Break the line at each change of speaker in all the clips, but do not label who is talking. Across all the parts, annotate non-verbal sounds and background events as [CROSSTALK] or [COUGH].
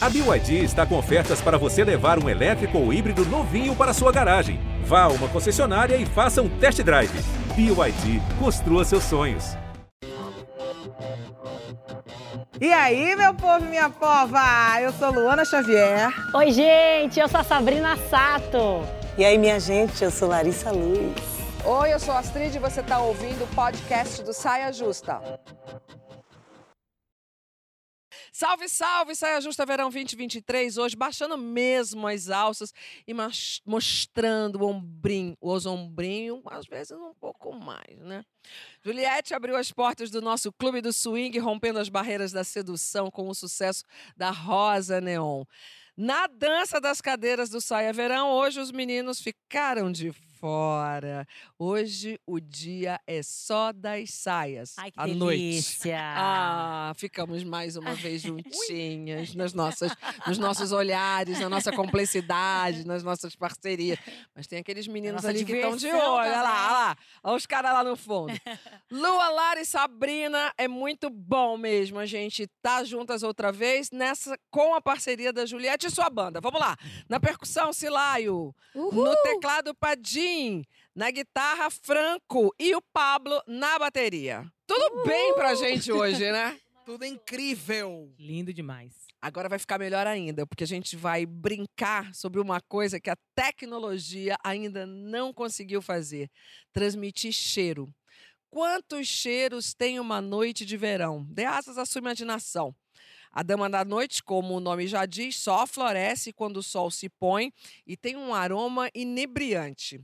A BYD está com ofertas para você levar um elétrico ou híbrido novinho para sua garagem. Vá a uma concessionária e faça um test drive. BYD, construa seus sonhos.
E aí, meu povo e minha pova? Eu sou Luana Xavier.
Oi, gente, eu sou a Sabrina Sato.
E aí, minha gente, eu sou Larissa Luz.
Oi, eu sou Astrid e você está ouvindo o podcast do Saia Justa. Salve, salve, Saia Justa Verão 2023, hoje baixando mesmo as alças e mostrando o ombrinho, os ombrinhos, às vezes um pouco mais, né? Juliette abriu as portas do nosso clube do swing, rompendo as barreiras da sedução com o sucesso da Rosa Neon. Na dança das cadeiras do Saia Verão, hoje os meninos ficaram de fora. Hoje o dia é só das saias.
Ai, que
à
delícia.
noite. Ah, ficamos mais uma vez juntinhas nas nossas, nos nossos olhares, na nossa complexidade, nas nossas parcerias. Mas tem aqueles meninos
nossa
ali que estão de olho.
diversão
Olha lá,
também.
olha lá. Olha os caras lá no
[LAUGHS]
fundo. Lua, Lara e Sabrina, é muito bom mesmo a gente tá juntas outra vez nessa com a parceria da Juliette e sua banda. Vamos lá. Na percussão, Silaio. No teclado, Padim. Na guitarra, Franco. E o Pablo na bateria. Tudo bem pra gente hoje, né?
Tudo incrível.
Lindo demais.
Agora vai ficar melhor ainda, porque a gente vai brincar sobre uma coisa que a tecnologia ainda não conseguiu fazer: transmitir cheiro. Quantos cheiros tem uma noite de verão? Dê asas à sua imaginação. A dama da noite, como o nome já diz, só floresce quando o sol se põe e tem um aroma inebriante.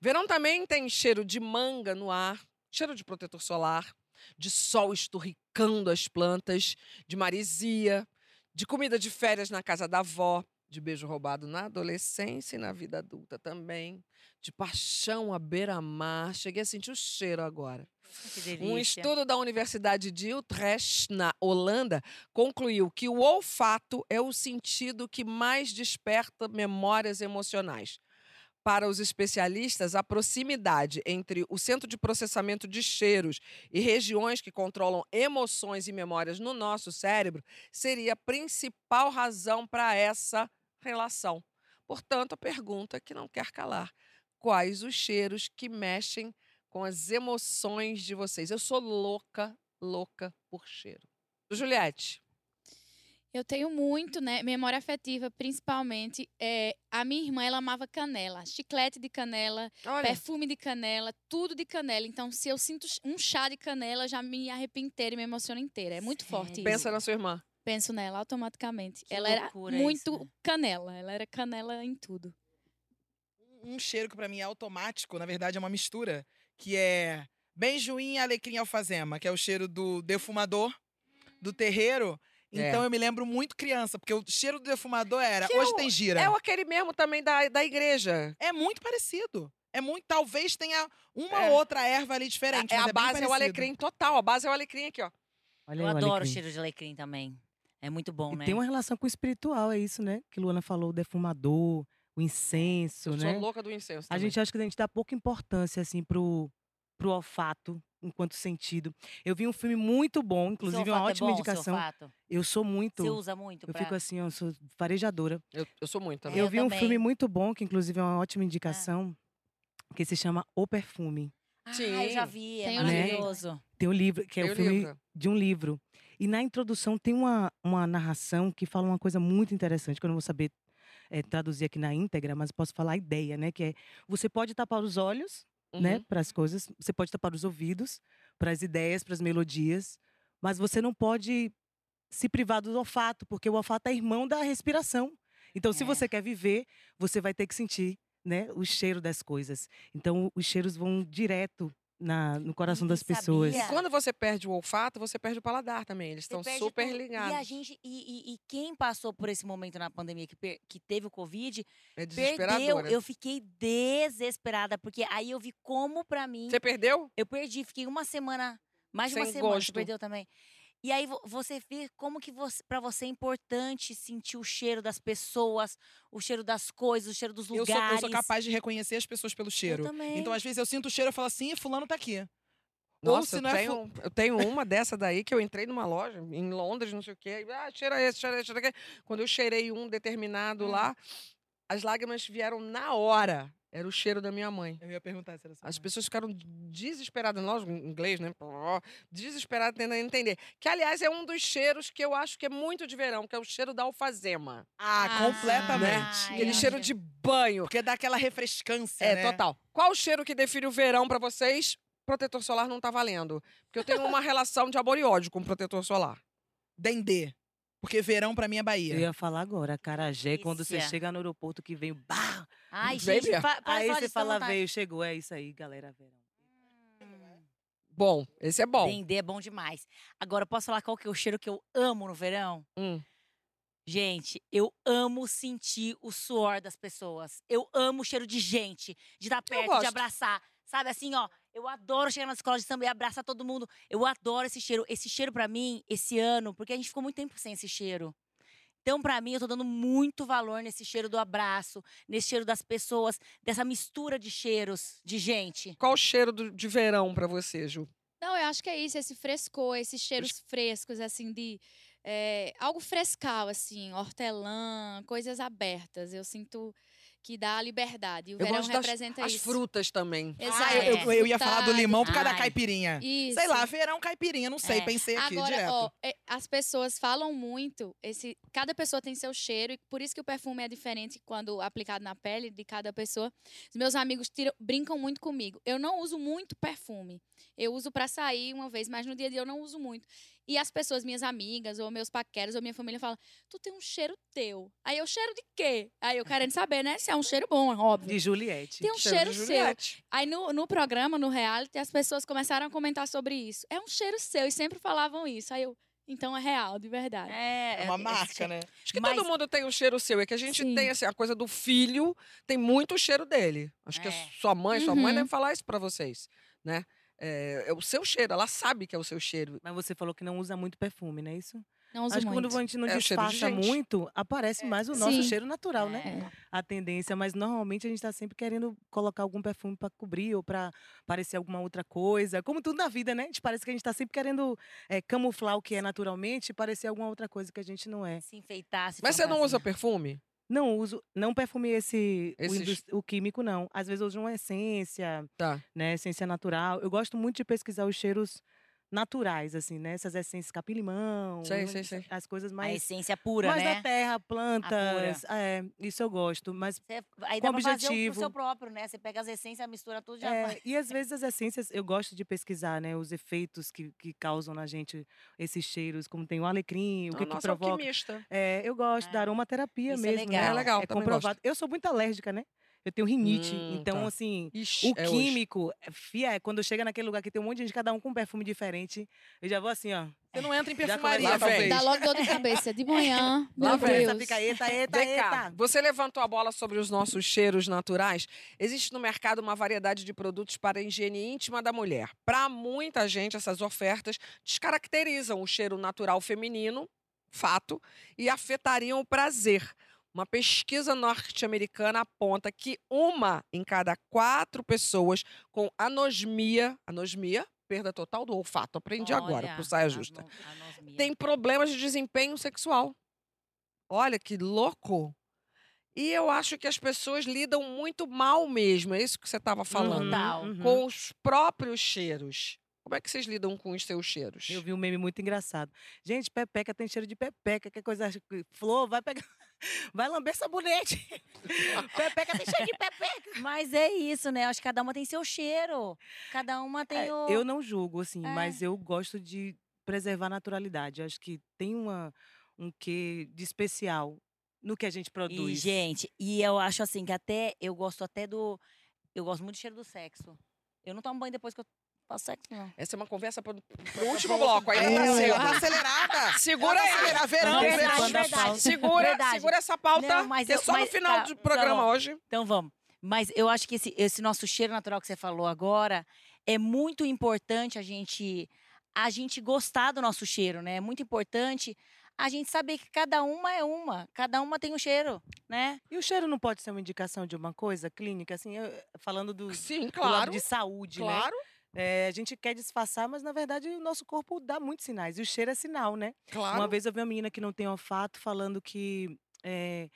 Verão também tem cheiro de manga no ar, cheiro de protetor solar, de sol esturricando as plantas, de maresia, de comida de férias na casa da avó, de beijo roubado na adolescência e na vida adulta também, de paixão à beira-mar. Cheguei a sentir o cheiro agora.
Que
Um estudo da Universidade de Utrecht, na Holanda, concluiu que o olfato é o sentido que mais desperta memórias emocionais. Para os especialistas, a proximidade entre o centro de processamento de cheiros e regiões que controlam emoções e memórias no nosso cérebro seria a principal razão para essa relação. Portanto, a pergunta que não quer calar: quais os cheiros que mexem com as emoções de vocês. Eu sou louca, louca por cheiro. Juliette,
Eu tenho muito, né? Memória afetiva, principalmente. É, a minha irmã, ela amava canela. Chiclete de canela,
olha,
perfume de canela, tudo de canela. Então, se eu sinto ch- um chá de canela, já me arrepio inteira e me emociono inteira. É muito forte
Sério?
isso.
pensa na sua irmã.
Penso nela automaticamente.
Que
ela era
loucura isso,
muito
né?
canela. Ela era canela em tudo.
Um cheiro que pra mim é automático, na verdade é uma mistura, que é benjoim, alecrim e alfazema, que é o cheiro do defumador, do terreiro.
É.
Então eu me lembro muito criança, porque o cheiro do defumador era
Que é
hoje
o-
tem gira.
É o aquele mesmo também da, da igreja.
É muito parecido. É muito, talvez tenha uma
É.
ou outra erva ali diferente,
É,
mas
a
é bem
base é o
parecido.
alecrim total. A base é o alecrim aqui, ó.
Olha
Eu
aí
adoro o
alecrim.
cheiro de alecrim também. É muito bom,
E
né?
tem uma relação com o espiritual, é isso, né? Que Luana falou, o defumador, o incenso,
Eu
né?
sou louca do incenso.
A
também.
gente acha que a gente dá pouca importância, assim, pro, pro olfato, enquanto sentido. Eu vi um filme muito bom,
Seu
inclusive uma
olfato é
ótima
bom, seu
indicação.
olfato?
Eu sou muito.
Você usa muito
eu
pra... É,
fico assim, ó, eu sou farejadora.
Eu, eu sou muito também.
Eu
Eu, vi um filme
também.
muito bom, que inclusive é uma ótima indicação, que se chama O Perfume.
Ah, eu já vi, é
Tem
o livro.
maravilhoso.
Tem um livro, que é
Tem
o
o
filme
livro.
de um livro. E na introdução tem uma, uma narração que fala uma coisa muito interessante, que eu não vou saber eh, traduzir aqui na íntegra, mas posso falar a ideia, né? Que é, você pode tapar os olhos, né?
Uhum.
Para as coisas, você pode tapar os ouvidos, para as ideias, para as melodias, mas você não pode se privar do olfato, porque o olfato é irmão da respiração. Então, se
É.
você quer viver, você vai ter que sentir, né? O cheiro das coisas. Então, os cheiros vão direto na, no coração
E
das pessoas.
Hum, sabia?
E quando você perde o olfato, você perde o paladar também. Eles
Você
estão
perde
super
tudo. E a
ligados.
gente, e, e- e quem passou por esse momento na pandemia que, per- que teve o Covid,
É
perdeu.
desesperador. né?
Eu fiquei desesperada, porque aí eu vi como pra mim.
Você perdeu?
Eu perdi, fiquei uma semana, mais de uma
Sem
semana, você
gosto.
perdeu também. E aí vo- você vê como que você, para você é importante sentir o cheiro das pessoas, o cheiro das coisas, o cheiro dos
Eu
lugares.
sou, eu sou capaz de reconhecer as pessoas pelo cheiro.
também.
Então às vezes eu sinto o cheiro e falo assim, "Ih, fulano tá aqui.
Nossa,
se
eu
não é
tenho, um, eu tenho uma dessa daí que eu entrei numa loja em Londres, não sei o quê. e, Ah, cheira esse, cheira esse, cheira aquele. Quando eu cheirei um determinado lá, as lágrimas vieram na hora. Era o cheiro da minha mãe.
Eu ia perguntar se era sua
As
mãe.
pessoas ficaram desesperadas, nós, em inglês, né? Desesperadas tentando entender. Que, aliás, é um dos cheiros que eu acho que é muito de verão, que é o cheiro da alfazema.
Ah, completamente.
Ai,
Aquele
olha.
cheiro de banho.
Porque dá aquela refrescância,
né? É,
né?
total. Qual o cheiro que define o verão pra vocês? Protetor solar não tá valendo. Porque eu tenho uma relação de amor e ódio com o protetor solar.
Dendê. Porque verão pra mim é Bahia.
Eu ia falar agora, Carajé, quando você
Delícia.
chega no aeroporto que vem o bar.
Ai,
Vem,
gente,
Bia.
fa- para
Aí
falar
você
disso, dá
fala,
tá
vontade.
veio, chegou, é isso aí, galera, verão.
Bom, esse é bom.
Vender é bom demais. Agora, posso falar qual que é o cheiro que eu amo no verão?
Hum.
Gente, eu amo sentir o suor das pessoas. Eu amo o cheiro de gente, de estar perto, de
gosto.
abraçar. Sabe assim, ó, eu adoro chegar na escola de samba e abraçar todo mundo. Eu adoro esse cheiro. Esse cheiro pra mim, esse ano, porque a gente ficou muito tempo sem esse cheiro. Então, pra mim, eu tô dando muito valor nesse cheiro do abraço, nesse cheiro das pessoas, dessa mistura de cheiros, de gente.
Qual o cheiro do- de verão pra você, Ju?
Não, eu acho que é isso, esse frescor, esses cheiros frescos, assim, de. é, algo frescal, assim, hortelã, coisas abertas. Eu sinto que dá a liberdade. E o
Eu
verão
gosto das-
representa
As
isso.
frutas também.
Ah,
Exato.
é.
Eu, eu ia falar do
frutado.
limão por causa da
Ai.
caipirinha.
Isso.
Sei lá, verão caipirinha, não sei,
É.
pensei aqui
Agora,
direto.
ó, é, as pessoas falam muito, esse, cada pessoa tem seu cheiro, e por isso que o perfume é diferente quando aplicado na pele de cada pessoa. Os meus amigos tiram- brincam muito comigo. Eu não uso muito perfume. Eu uso pra sair uma vez, mas no dia a dia eu não uso muito. E as pessoas, minhas amigas, ou meus paqueros, ou minha família, falam: Tu tem um cheiro teu. Aí eu, cheiro de quê? Aí eu querendo saber, né? Se é um cheiro bom, é óbvio.
De Juliette.
Tem um cheiro,
Cheiro de
seu.
Juliette.
Aí no, no programa, no reality, as pessoas começaram a comentar sobre isso. É um cheiro seu, e sempre falavam isso. Aí eu, então é real, de verdade.
É
É,
uma
esse
marca,
cheiro-
né?
Acho que
Mas-
todo mundo tem um cheiro seu. É que a gente
Sim.
tem assim, a coisa do filho, tem muito o cheiro dele. Acho que a
É.
sua mãe, sua mãe
Uhum.
deve falar isso pra vocês, né? É, é o seu cheiro, ela sabe que é o seu cheiro.
Mas você falou que não usa muito perfume, não é isso?
Não uso
Acho que
muito. É.
quando a gente não
É o cheiro de
disfarça
gente.
muito, aparece mais o
Sim.
nosso cheiro natural, né?
É.
A tendência, mas normalmente a gente tá sempre querendo colocar algum perfume para cobrir ou para parecer alguma outra coisa. Como tudo na vida, né? A gente parece que a gente tá sempre querendo eh, camuflar o que é naturalmente e parecer alguma outra coisa que a gente não é.
Se enfeitar, se assim,
Mas você não usa
fantasiar.
perfume? É
Não uso, não perfume esse, o,
Esses-
indus- o químico, não. Às vezes eu uso uma essência,
Tá.
né? Essência natural. Eu gosto muito de pesquisar os cheiros naturais, assim, né? Essas essências capim-limão,
Sei, sei, sei.
as coisas
A
mais
essência pura,
mais
né?
da terra, plantas. É, isso eu gosto. Mas.
Você, aí
Com
dá pra fazer o- o
objetivo.
seu próprio, né? Você pega as essências, mistura tudo e já
é,
faz.
e às vezes as essências, eu gosto de pesquisar, né? Os efeitos que, que causam na gente esses cheiros, como tem o alecrim, o que,
Ah,
que
nossa,
provoca.
alquimista.
É, eu gosto da
Ah,
aromaterapia
isso é
mesmo. né?
legal. É
legal,
É
também gosto.
comprovado. Eu sou muito alérgica, né? Eu tenho rinite.
Hum,
então,
tá.
assim,
Ixi,
o
é hoje.
químico, é, fia, é quando chega naquele lugar que tem um monte de gente, cada um com um perfume diferente, eu já vou assim, ó.
Você não entra em
Já
perfumaria,
começa- Lá vem.
talvez.
Dá logo dor de cabeça, de
[LAUGHS]
manhã,
Lá
meu
vem
Deus.
Essa fica, eita, eita,
[LAUGHS] Vem cá,
eita.
você levantou a bola sobre os nossos cheiros naturais. Existe no mercado uma variedade de produtos para a higiene íntima da mulher. Para muita gente, essas ofertas descaracterizam o cheiro natural feminino, fato, e afetariam o prazer. Uma pesquisa norte-americana aponta que uma em cada quatro pessoas com anosmia, anosmia, perda total do olfato, aprendi agora,
Olha,
para Saia Justa
ano- anosmia.
tem problemas de desempenho sexual. Olha que louco! E eu acho que as pessoas lidam muito mal mesmo, é isso que você estava falando,
Hum,
Total.
Uhum.
com os próprios cheiros. Como é que vocês lidam com os seus cheiros?
Eu vi um meme muito engraçado. Gente, pepeca tem cheiro de pepeca, que coisa. Flor, vai pegar. [LAUGHS] Vai lamber sabonete. pepeca tem cheiro de pepeca.
Mas é isso, né? Acho que cada uma tem seu cheiro. Cada uma tem
É,
o.
Eu não julgo, assim,
É.
mas eu gosto de preservar a naturalidade. Eu acho que tem uma, um quê de especial no que a gente produz.
E, gente, e eu acho assim que até. Eu gosto até do. Eu gosto muito do cheiro do sexo. Eu não tomo banho depois que eu faço sexo, não.
Essa é uma conversa para o último bloco, ainda
Ela
tá
tá, ela tá
cedo.
acelerada.
Segura
Ela tá
aí.
acelerada. Verão,
Não,
verão.
quando a pauta-
Segura,
Verdade.
segura essa pauta,
Não, mas
que é
eu-
só no
mas
final
tá,
do
tá
programa
bom.
hoje.
Então vamos. Mas eu acho que esse, esse nosso cheiro natural que você falou agora é muito importante a gente a gente gostar do nosso cheiro, né? É muito importante a gente saber que cada uma é uma, cada uma tem um cheiro, né?
E o cheiro não pode ser uma indicação de uma coisa clínica, assim, eu- falando do,
Sim,
do lado
claro,
de saúde, né?
claro.
É, a gente quer disfarçar, mas na verdade o nosso corpo dá muitos sinais. E o cheiro é sinal, né?
Claro.
Uma vez eu vi uma menina que não tem olfato falando que é,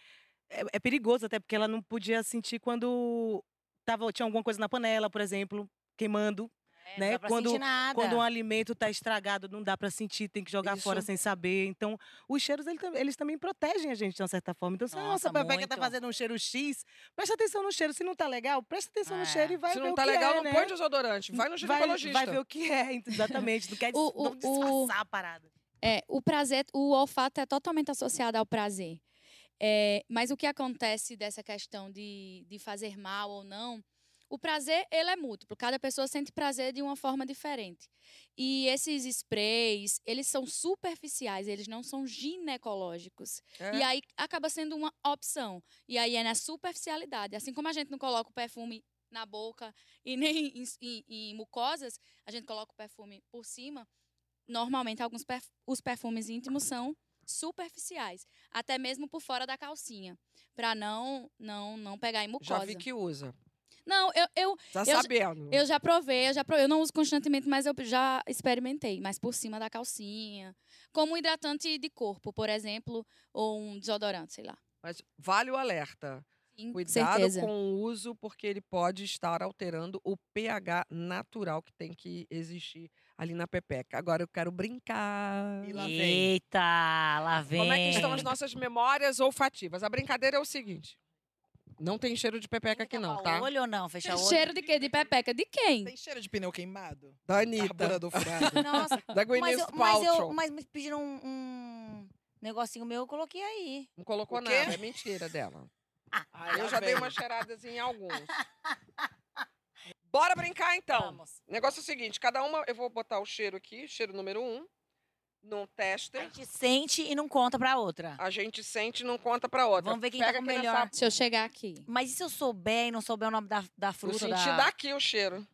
é- é perigoso, até porque ela não podia sentir quando tava, tinha alguma coisa na panela, por exemplo, queimando.
É,
né?
Não dá pra
Quando-
sentir nada.
Quando um alimento está estragado, não dá para sentir, tem que jogar fora
Isso.
sem saber. Então, os cheiros, ele tam- eles também protegem a gente de uma certa forma. Então, se a nossa
Nossa,
pepeca tá
muito.
fazendo um cheiro X, presta atenção no cheiro. Se não tá legal, presta atenção
É.
no cheiro e vai
Se
ver
não
o
tá
que
legal,
é,
não
né?
põe desodorante. Vai no ginecologista.
Vai, ver o que é, exatamente. Não quer dis-
O- o-
não disfarçar a parada.
É, o prazer, o olfato é totalmente associado ao prazer. É, mas o que acontece dessa questão de, de fazer mal ou não, o prazer ele é múltiplo. Cada pessoa sente prazer de uma forma diferente. E esses sprays, eles são superficiais, eles não são ginecológicos.
É.
E aí acaba sendo uma opção. E aí é na superficialidade. Assim como a gente não coloca o perfume na boca e nem em, em- em mucosas, a gente coloca o perfume por cima. Normalmente, alguns perf- os perfumes íntimos são superficiais, até mesmo por fora da calcinha, Pra não não não pegar em mucosa.
Já vi que usa.
Não, eu, eu,
Tá
já-
sabendo.
eu já provei, eu já provei. Eu não uso constantemente, mas eu já experimentei. Mas por cima da calcinha. Como um hidratante de corpo, por exemplo, ou um desodorante, sei lá.
Mas vale o alerta.
Sim,
Cuidado
certeza. [LAUGHS]
com o uso, porque ele pode estar alterando o pH natural que tem que existir ali na pepeca. Agora eu quero brincar.
E lá vem.
Eita, lá vem.
Como é que estão as nossas memórias olfativas? A brincadeira é o seguinte. Não tem cheiro de pepeca aqui não, tá?
O olho ou não? Fechar o olho?
Cheiro de quê? De pepeca? De quem?
Tem cheiro de pneu queimado?
Da Anitta,
Carburador furado?
[LAUGHS] Nossa,
da
tá mas,
Gwyneth
eu, mas, eu,
Paltrow.
mas me pediram um, um negocinho meu, eu coloquei aí.
Não colocou
O quê?
nada, é mentira dela.
Ai, tá lá
Ah, Eu já dei
vem.
umas cheiradas em
[LAUGHS]
alguns. Bora brincar então.
Vamos.
O negócio é o seguinte: cada uma, eu vou botar o cheiro aqui, cheiro número um, num
A
tester.
gente sente e não conta pra outra.
A gente sente e não conta pra outra.
tá. Vamos ver quem tá
Pega
com
aqui
melhor.
nessa-
Deixa eu chegar aqui.
Mas e se eu souber e não souber o nome da, da
Eu
fruta?
senti
da... Hum.
daqui o cheiro.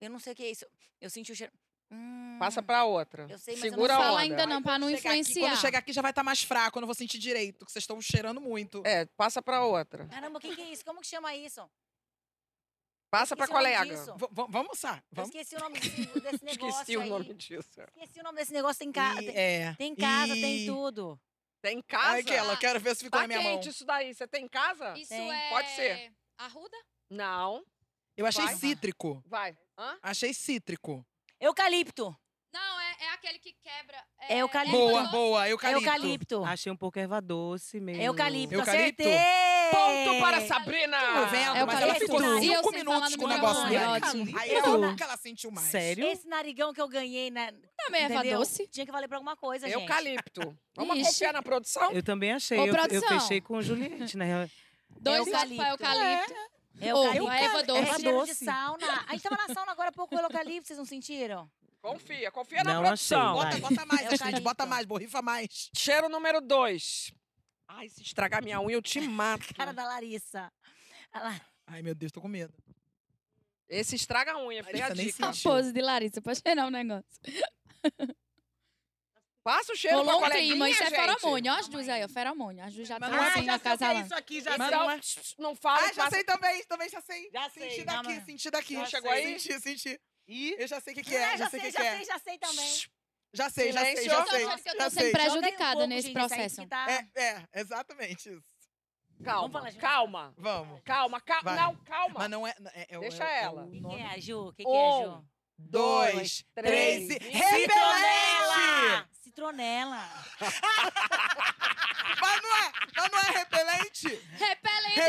Eu não sei o que é isso. Eu senti o cheiro. Hum,
Passa pra outra.
Eu sei, mas eu não
Segura
não
a
fala
onda.
ainda não, pra não
Quando chegar aqui-
influenciar.
quando chegar aqui já vai estar mais fraco, eu não vou sentir direito, que vocês estão cheirando muito.
É, passa pra outra.
Caramba, o que, que é isso? Como que chama isso?
Passa pra
Esqueci o nome
colega.
disso.
V- v- vamos almoçar.
Eu
Vamos.
esqueci o nome desse, desse um negócio
[LAUGHS] Esqueci o nome
aí.
disso.
Esqueci o nome desse negócio. Tem, ca...
E-
tem,
é.
tem casa, tem
e-
tudo.
Tem em casa?
Ai, Kela, quero ver se ficou
tá
na minha
quente
mão.
isso daí. Você tem em casa?
Isso
Tem.
é.
Pode ser.
Arruda?
Não.
Eu achei
Vai.
cítrico.
Vai. Hã?
Achei cítrico.
Eucalipto.
Não, é, é aquele que quebra.
É eucalipto.
Boa,
doce.
boa.
É
Eucalipto.
Eucalipto.
Achei um pouco erva doce mesmo.
Eucalipto.
Eucalipto?
Acertei!
Ponto para Sabrina!
Tá vendo?
É
mas ela
eucalipto.
ficou
E eu
cinco
sem falar
minutos
no é
com o negócio
microfone,
dela.
ótimo.
Aí
Eu?
ela, ela sentiu mais.
Sério?
Esse narigão que eu ganhei, né?
Também é erva
entendeu?
doce.
Tinha que valer pra alguma coisa, gente.
[LAUGHS]
Eucalipto. Vamos
Ixi.
confiar na produção?
Eu também achei.
Ô,
eu, eu
produção.
fechei com o Juliette, né?
Dois eucalipto.
eucalipto.
para eucalipto.
Eucalipto.
a erva doce.
É cheiro de
Doce.
sauna. A gente tava na sauna agora há pouco com o eucalipto, vocês não
[LAUGHS]
sentiram?
Confia, confia na
Não
produção.
achei,
Bota,
Vai.
bota mais, Astrid,
Eucalipto.
bota mais, borrifa mais.
Cheiro número dois. Ai, se estragar minha unha, eu te mato.
Cara da Larissa. Olha lá.
Ai, meu Deus, tô com medo.
Esse estraga a unha, foi a
Larissa, nem
dica.
A pose de Larissa, pode cheirar o negócio.
Passa o cheiro pra
Rolou um
coleguinha,
clima, isso é
gente.
feromônio. Ó, as duas aí, ó, feromônio. As duas já
Mas
estão
Ah,
não é
assim na casa lá.
aqui,
Então,
Mas não é-
tch, não fala,
ah, já
passa-
sei também, também já sei.
Já
senti
sei,
daqui,
calma.
senti daqui.
Já Chegou sei. aí?
Senti, senti.
E
Eu já sei o que, que é,
Ah,
já, sei o que,
já
que
sei,
é.
já sei também.
Já sei, já sei,
Silêncio.
já
Então,
sei.
eu acho que eu tô
já
sendo
sei.
presa.
Joga aí um
prejudicada
pouco,
nesse
gente, essa aí
processo.
que tá-
É, é, exatamente isso.
Calma,
Vamos falar de-
calma,
Vamos.
calma, calma.
Vai.
Não, calma.
Mas não é. é- é o-
Deixa
é,
ela.
o
Quem que
nome.
é, Ju? Quem que é,
Um,
Ju?
Dois, três e.
três.
Repelente!
Citronela!
Mas não é, mas não é repelente?
Repelente!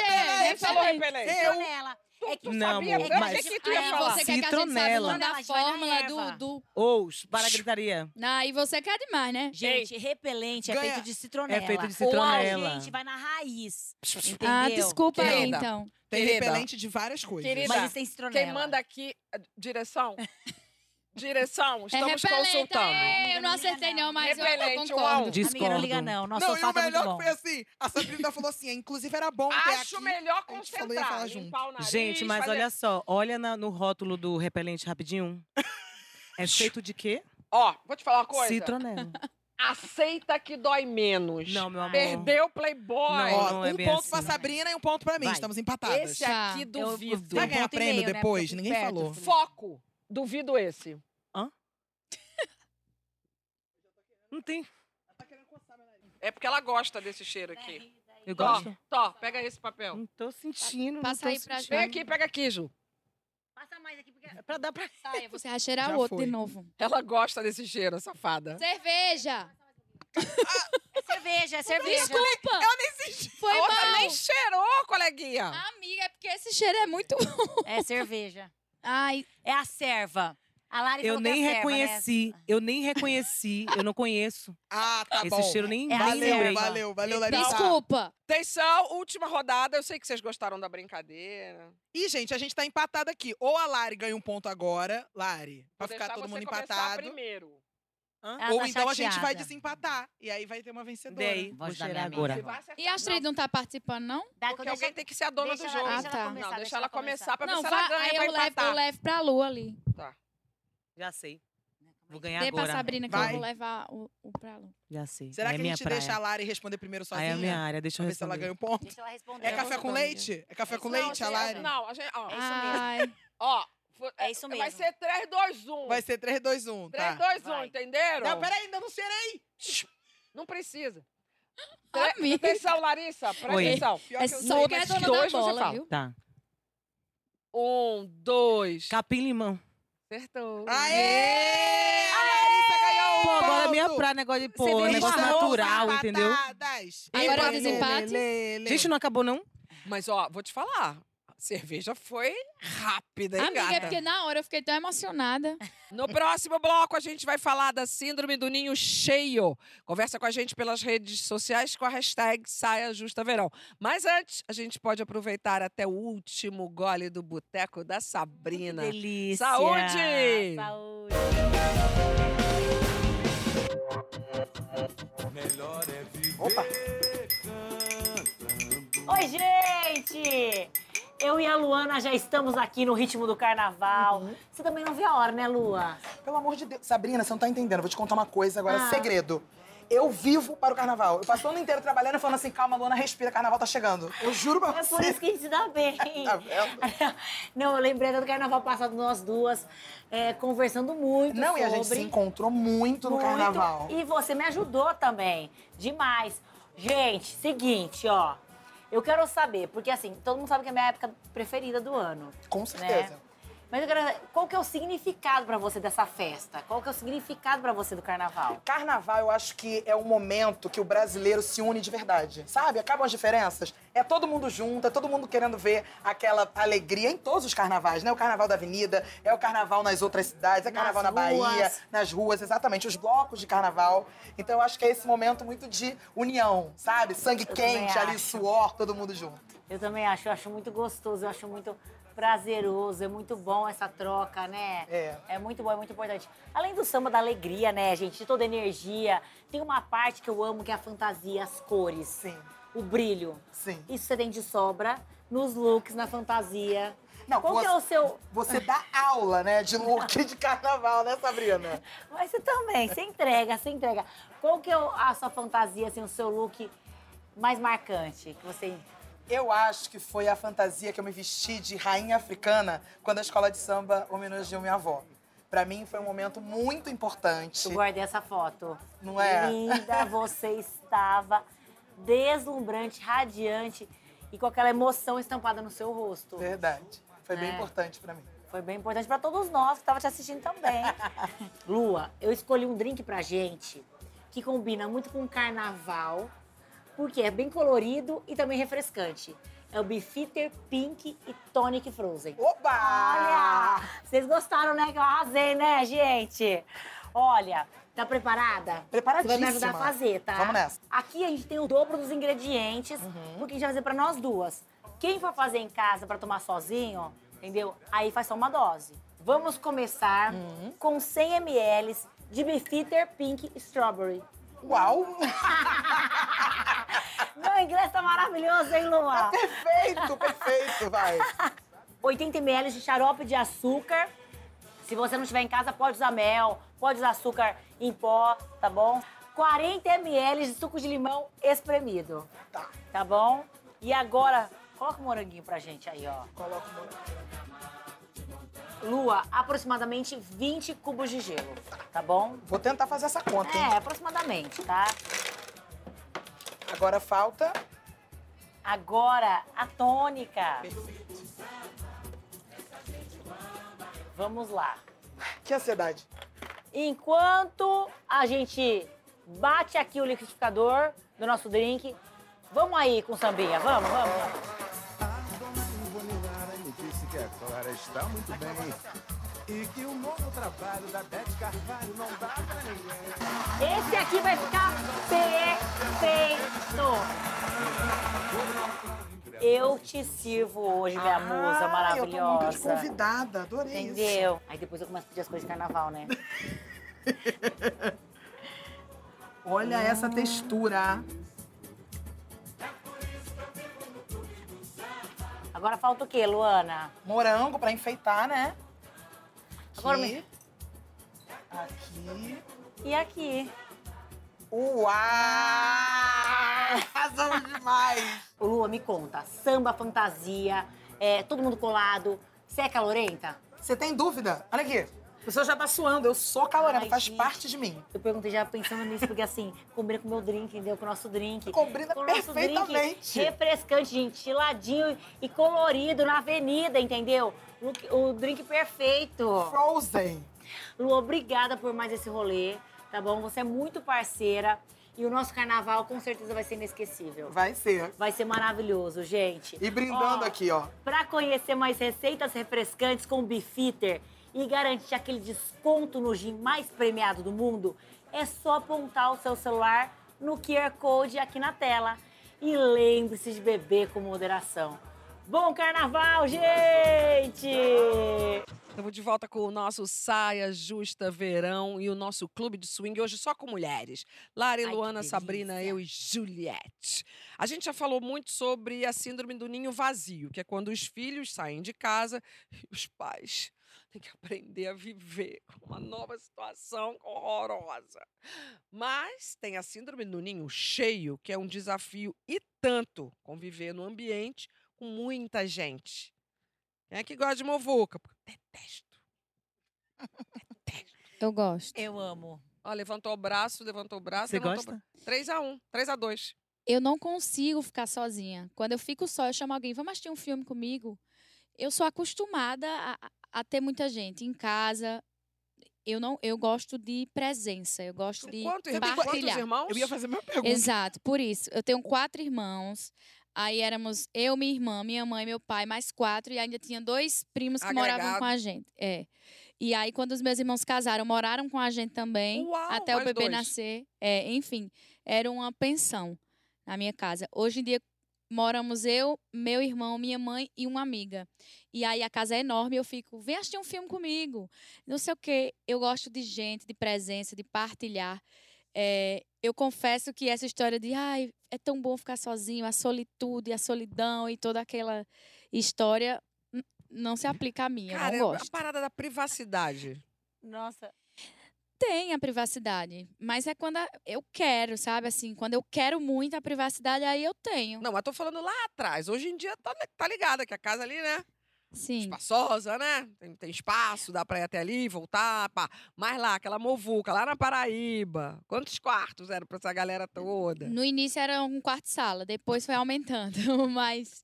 Quem falou
É, Repelente!
repelente?
Citronela! É que
Tu
Não,
sabia?
amor,
eu
mas-
achei que tu ia
Aí
falar.
você quer que a gente saiba o
Citronela.
nome da
Mas vai na
fórmula
erva.
do... do...
ous, para a gritaria.
Aí você quer demais, né?
Gente, repelente é
Ganha.
feito de citronela.
É feito de
Ou a
citronela.
gente vai na raiz. Entendeu?
Ah, desculpa aí,
Querida.
então.
Tem
Querida.
repelente de várias coisas.
Querida.
Mas isso tem citronela.
Quem manda aqui... eh,
[LAUGHS]
Direção? Direção, estamos
é repelente!
consultando.
aí, Eu não acertei não, mas eu- eu
Repelente,
concordo.
uau.
Amiga, não liga
Discordo.
não. Nosso
não, e o
olfato é muito
melhor
bom.
foi assim: a Sabrina falou assim, é, inclusive era bom ter
Acho
aqui.
melhor
a gente falou, ia
concentrar.
falar junto.
limpar o nariz,
Gente, mas
fazer-
olha só. Olha na- no rótulo do
[LAUGHS]
repelente rapidinho. É feito de quê?
Ó, vou te falar uma coisa.
Citronela.
Aceita que dói menos.
Não, meu amor.
Perdeu o Playboy.
Não,
Ó,
não
um
é bem
ponto
assim,
pra
não.
Sabrina e um ponto pra mim.
Vai. é
Estamos empatadas.
Esse
Tá.
aqui
Eu- eu-
duvido.
Vai
um
ganhar
ponto e
prêmio
meio, né,
depois?
porque eu
Ninguém
perto.
falou.
Foco. Duvido esse.
Não tem.
É porque ela gosta desse cheiro aqui.
Eu
Tó,
gosto.
Tó, pega esse papel.
Não tô sentindo. não
Passa
tô
aí pra
sentindo.
Vem aqui, pega aqui, Ju.
Passa mais aqui, porque...
Pra dar pra.
Saia, É, você vai cheirar
Já
o outro
foi.
de novo.
Ela gosta desse cheiro, safada.
Cerveja!
É cerveja, é cerveja.
Desculpa! Eu nem senti. Foi
A outra nem
mal.
cheirou, coleguinha.
Amiga, é porque esse cheiro é muito bom.
É cerveja.
Ai,
É a serva. A Lari
Eu
falou que é
nem
a serva, né?
reconheci. Eu nem reconheci. Eu não conheço.
Ah, tá bom.
Esse cheiro nem
É a
nem lembrei.
Valeu, valeu,
Valeu,
valeu, Tá. Larissa.
desculpa.
Atenção, última rodada. Eu sei que vocês gostaram da brincadeira.
Ih, gente, a gente tá empatada aqui. Ou a Lari ganha um ponto agora, Lari, pra
Vou
ficar
deixar
todo
você
mundo
começar
empatado.
primeiro.
Hã?
Ela
Ou
tá
então a gente vai
chateada.
desempatar. E aí vai ter uma vencedora.
Dei. Vou
Voz da
cheirar
minha
agora.
Você vai acertar.
E a Astrid não tá participando, não?
Dá,
Porque
quando eu
alguém
já-
tem que ser a dona
deixa
do
ela-
jogo.
deixa ela
Não,
começar,
deixa ela começar pra ver
não,
se ela
vai,
ganha
aí
pra
eu levo, eu
empatar.
levo pra Lu ali.
Já sei. Vou ganhar
Dê pra
É agora.
Sabrina que
Vai.
eu vou levar o, o pra Lu.
Já sei.
Será
Aí é
que a
minha
gente
praia.
deixa a Lari responder primeiro
Aí
sozinha?
é a minha área. Deixa eu
Pra ver se ela
responder.
ganha um ponto.
Deixa ela responder.
É
eu
café
vou
com
responder.
leite? É café
É
com
isso, não,
leite, Ah. a
gente,
Lari?
Não, a gente. Ó,
Ai,
ó vo-
É isso
Vai
mesmo.
ser um. 3, 2, 1.
Vai ser 3, 2, 1,
3,
tá?
2, 1,
Vai.
entenderam?
Não, peraí, ainda não cheirei. [LAUGHS]
Não precisa.
amiga.
Atenção, Larissa, presta
Oi.
atenção.
Pior
É
que eu
só
sei,
quem é
mas
dona da
dois você
bola,
fala.
viu?
Tá.
Um, dois.
Capim-limão.
Acertou.
Aê! A Larissa ganhou um
Pô,
ponto.
agora é minha praia, negócio de pô,
viu?
é
negócio
um
Estamos
natural, entendeu?
empatadas.
Agora é
Lê, lê,
desempate?
lê, lê.
Gente, não acabou, não?
Mas, ó, vou te falar. A cerveja foi rápida, hein,
Amiga, é
gata?
porque na hora eu fiquei tão emocionada.
No próximo bloco, a gente vai falar da Síndrome do Ninho Cheio. Conversa com a gente pelas redes sociais com a hashtag Saia Justa Verão. Mas antes, a gente pode aproveitar até o último gole do Boteco da Sabrina.
Delícia.
Saúde!
Saúde.
Melhor é viver
Opa.
Oi, gente! Eu e a Luana já estamos aqui no ritmo do carnaval.
Uhum.
Você também não vê a hora, né, Lua?
Pelo amor de Deus. Sabrina, você não tá entendendo. Vou te contar uma coisa agora,
Ah.
segredo. Eu vivo para o carnaval. Eu passo o ano inteiro trabalhando e falando assim, calma, Luana, respira, carnaval tá chegando. Eu juro pra
É
você.
por isso que a gente se dá bem.
[LAUGHS] Tá vendo?
[LAUGHS] Não, eu lembrei até do carnaval passado, nós duas, é, conversando muito
Não,
sobre...
e a gente se encontrou muito no
Muito.
carnaval.
E você me ajudou também. Demais. Gente, seguinte, ó. Eu quero saber, porque assim, todo mundo sabe que é a minha época preferida do ano.
Com certeza.
né? Mas eu quero saber, qual que é o significado pra você dessa festa? Qual que é o significado pra você do carnaval?
Carnaval, eu acho que é o momento que o brasileiro se une de verdade, sabe? Acabam as diferenças. É todo mundo junto, é todo mundo querendo ver aquela alegria em todos os carnavais, né? O carnaval da avenida, é o carnaval nas outras cidades, é
Nas
carnaval na
ruas.
Bahia, nas ruas, exatamente, os blocos de carnaval. Então eu acho que é esse momento muito de união, sabe? Sangue
Eu também
quente, ali,
acho.
suor, todo mundo junto.
Eu também acho, eu acho muito gostoso, eu acho muito prazeroso, é muito bom essa troca, né?
É.
É muito bom, é muito importante. Além do samba da alegria, né, gente, de toda a energia, tem uma parte que eu amo que é a fantasia, as cores,
Sim,
o brilho.
sim.
Isso você tem de sobra nos looks, na fantasia.
Não,
Qual
você,
que é o seu.
você dá aula, né, de
[LAUGHS]
look de carnaval, né, Sabrina?
Mas você também, você entrega, você entrega. Qual que é o- a sua fantasia, assim, o seu look mais marcante? Que você.
Eu acho que foi a fantasia que eu me vesti de rainha africana quando a escola de samba homenageou minha avó. Pra mim foi um momento muito importante.
Eu guardei essa foto.
Não é? [LAUGHS]
Linda, você estava deslumbrante, radiante e com aquela emoção estampada no seu rosto.
É. Verdade. Foi bem
É.
importante pra mim.
Foi bem importante pra todos nós que estavam te assistindo
[LAUGHS]
também. Lua, eu escolhi um drink pra gente que combina muito com o carnaval, porque é bem colorido e também refrescante. É o Beefeater Pink e Tonic Frozen.
Oba!
Olha! Vocês gostaram, né? Que eu arrasei, né, gente? Olha, tá preparada? Você vai me
Preparadíssima.
ajudar a fazer, tá?
Vamos nessa. Uhum.
Aqui a gente tem o dobro dos ingredientes, porque a gente vai fazer pra nós duas. Quem for fazer em casa pra tomar sozinho, entendeu? Aí faz só uma dose. Vamos começar
Uhum.
com 100 ml de Beefeater Pink Strawberry. [LAUGHS]
Uau!
Meu inglês tá maravilhoso, hein, Lua?
Perfeito, perfeito, vai.
80 ml de xarope de açúcar. Se você não tiver em casa, pode usar mel, pode usar açúcar em pó, tá bom? 40 ml de suco de limão espremido. Tá. Tá bom? E agora, coloca o moranguinho pra gente aí, ó.
Coloca o morango.
Lua, aproximadamente 20 cubos de gelo, tá bom?
Vou tentar fazer essa conta, hein?
É, aproximadamente, tá?
Agora falta.
Agora, a tônica. Vamos lá.
Que ansiedade.
Enquanto a gente bate aqui o liquidificador do nosso drink, vamos aí com o sambinha, vamos, vamos. vamos. Esse aqui vai ficar perfeito. Eu te sirvo hoje, minha musa
Ah, Eu tô muito
maravilhosa.
desconvidada, adorei isso.
Entendeu? Aí depois eu começo a pedir as coisas de carnaval, né?
Olha essa textura.
Agora falta o quê, Luana?
Morango pra enfeitar, né?
Agora
aqui.
me-
Aqui.
E aqui?
Uau! Arrasamos demais!
Ô, Lua, me conta. Samba, fantasia, é, todo mundo colado. Você é calorenta?
Você tem dúvida? Olha aqui. O pessoal já tá suando. Eu sou calorenta,
Ai,
faz
gente.
parte de mim.
Eu perguntei já pensando nisso, porque assim, [LAUGHS] combina com o meu drink, entendeu? Com o nosso drink.
Combina
com o nosso
perfeitamente.
drink refrescante, gente, geladinho e colorido na avenida, entendeu? O, o drink perfeito.
Frozen.
Lu, obrigada por mais esse rolê, tá bom? Você é muito parceira e o nosso carnaval com certeza vai ser inesquecível.
Vai ser.
Vai ser maravilhoso, gente.
E brindando
Ó,
aqui, ó.
Para conhecer mais receitas refrescantes com o Bifitter e garantir aquele desconto no gin mais premiado do mundo, é só apontar o seu celular no QR Code aqui na tela. E lembre-se de beber com moderação. Bom carnaval, gente!
Estamos de volta com o nosso Saia Justa Verão e o nosso clube de swing, hoje só com mulheres. Lara,
Ai, que
Luana,
delícia.
Sabrina, eu e Juliette. A gente já falou muito sobre a síndrome do ninho vazio, que é quando os filhos saem de casa [LAUGHS] e os pais têm que aprender a viver com uma nova situação horrorosa. Mas tem a síndrome do ninho cheio, que é um desafio e tanto conviver no ambiente com muita gente. Quem é que gosta de movuca? Porque eu detesto.
Eu gosto.
Eu amo.
Ó, levantou o braço, levantou o braço.
Você
levantou
gosta?
3x1, 3x2.
Eu não consigo ficar sozinha. Quando eu fico só, eu chamo alguém, vamos assistir um filme comigo. Eu sou acostumada a, a- a ter muita gente em casa. Eu não, eu gosto de presença. Eu gosto de
Quantos, quantos
partilhar.
irmãos?
Eu ia fazer a mesma pergunta.
Exato, por isso. Eu tenho quatro irmãos. Aí éramos eu, minha irmã, minha mãe, meu pai, mais quatro. E ainda tinha dois primos que moravam com a gente. É. E aí, quando os meus irmãos casaram, moraram com a gente também.
Uau,
até o
olha,
bebê
dois.
nascer. É, enfim, era uma pensão na minha casa. Hoje em dia, moramos eu, meu irmão, minha mãe e uma amiga. E aí, a casa é enorme. Eu fico, vem assistir um filme comigo. Não sei o quê. Eu gosto de gente, de presença, de partilhar. É, eu confesso que essa história de ai, é tão bom ficar sozinho, a solitude, a solidão e toda aquela história n- não se aplica a mim,
Cara,
eu
é
não
a
gosto.
parada da privacidade.
Nossa,
Tem a privacidade, mas é quando a- eu quero, sabe? Assim, quando eu quero muito a privacidade, aí eu
um-
tenho.
Não, mas tô falando lá atrás. Hoje em dia tá, tá ligada que a casa ali, né?
Sim.
Espaçosa, né? Tem, tem espaço, dá pra ir até ali, voltar, pá. Mas lá, aquela movuca, lá na Paraíba. Quantos quartos eram pra essa galera toda?
No início era um quarto de sala, depois foi aumentando, [LAUGHS] mas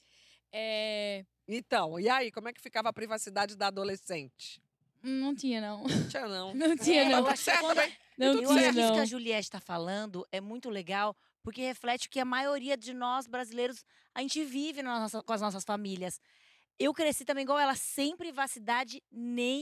é,
Então, e aí, como é que ficava a privacidade da adolescente?
não tinha, não. [LAUGHS]
Não tinha, não.
Não tinha,
É,
não.
eu
Tá
acho que
certo,
quando-
também.
Não
eu
tinha,
acho que isso que
não.
a Juliette está falando é muito legal, porque reflete o que a maioria de nós brasileiros a gente vive na nossa- com as nossas famílias. Eu cresci também igual ela, sem privacidade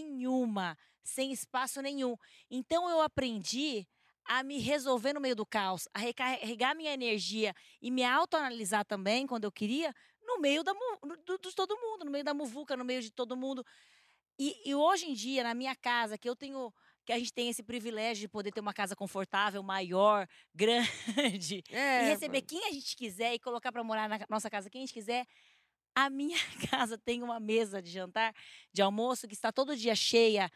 nenhuma, sem espaço nenhum. Então eu aprendi a me resolver no meio do caos, a recarregar minha energia e me autoanalisar também quando eu queria, no meio da, mu- no- do- de todo mundo, no meio da muvuca, no meio de todo mundo. E, e hoje em dia, na minha casa, que eu tenho. Que a gente tem esse privilégio de poder ter uma casa confortável, maior, [LAUGHS] grande, e
É,
receber quem a gente quiser e colocar para morar na ca- nossa casa quem a gente quiser. [LAUGHS] A minha casa tem uma mesa de jantar, de almoço, que está todo dia cheia.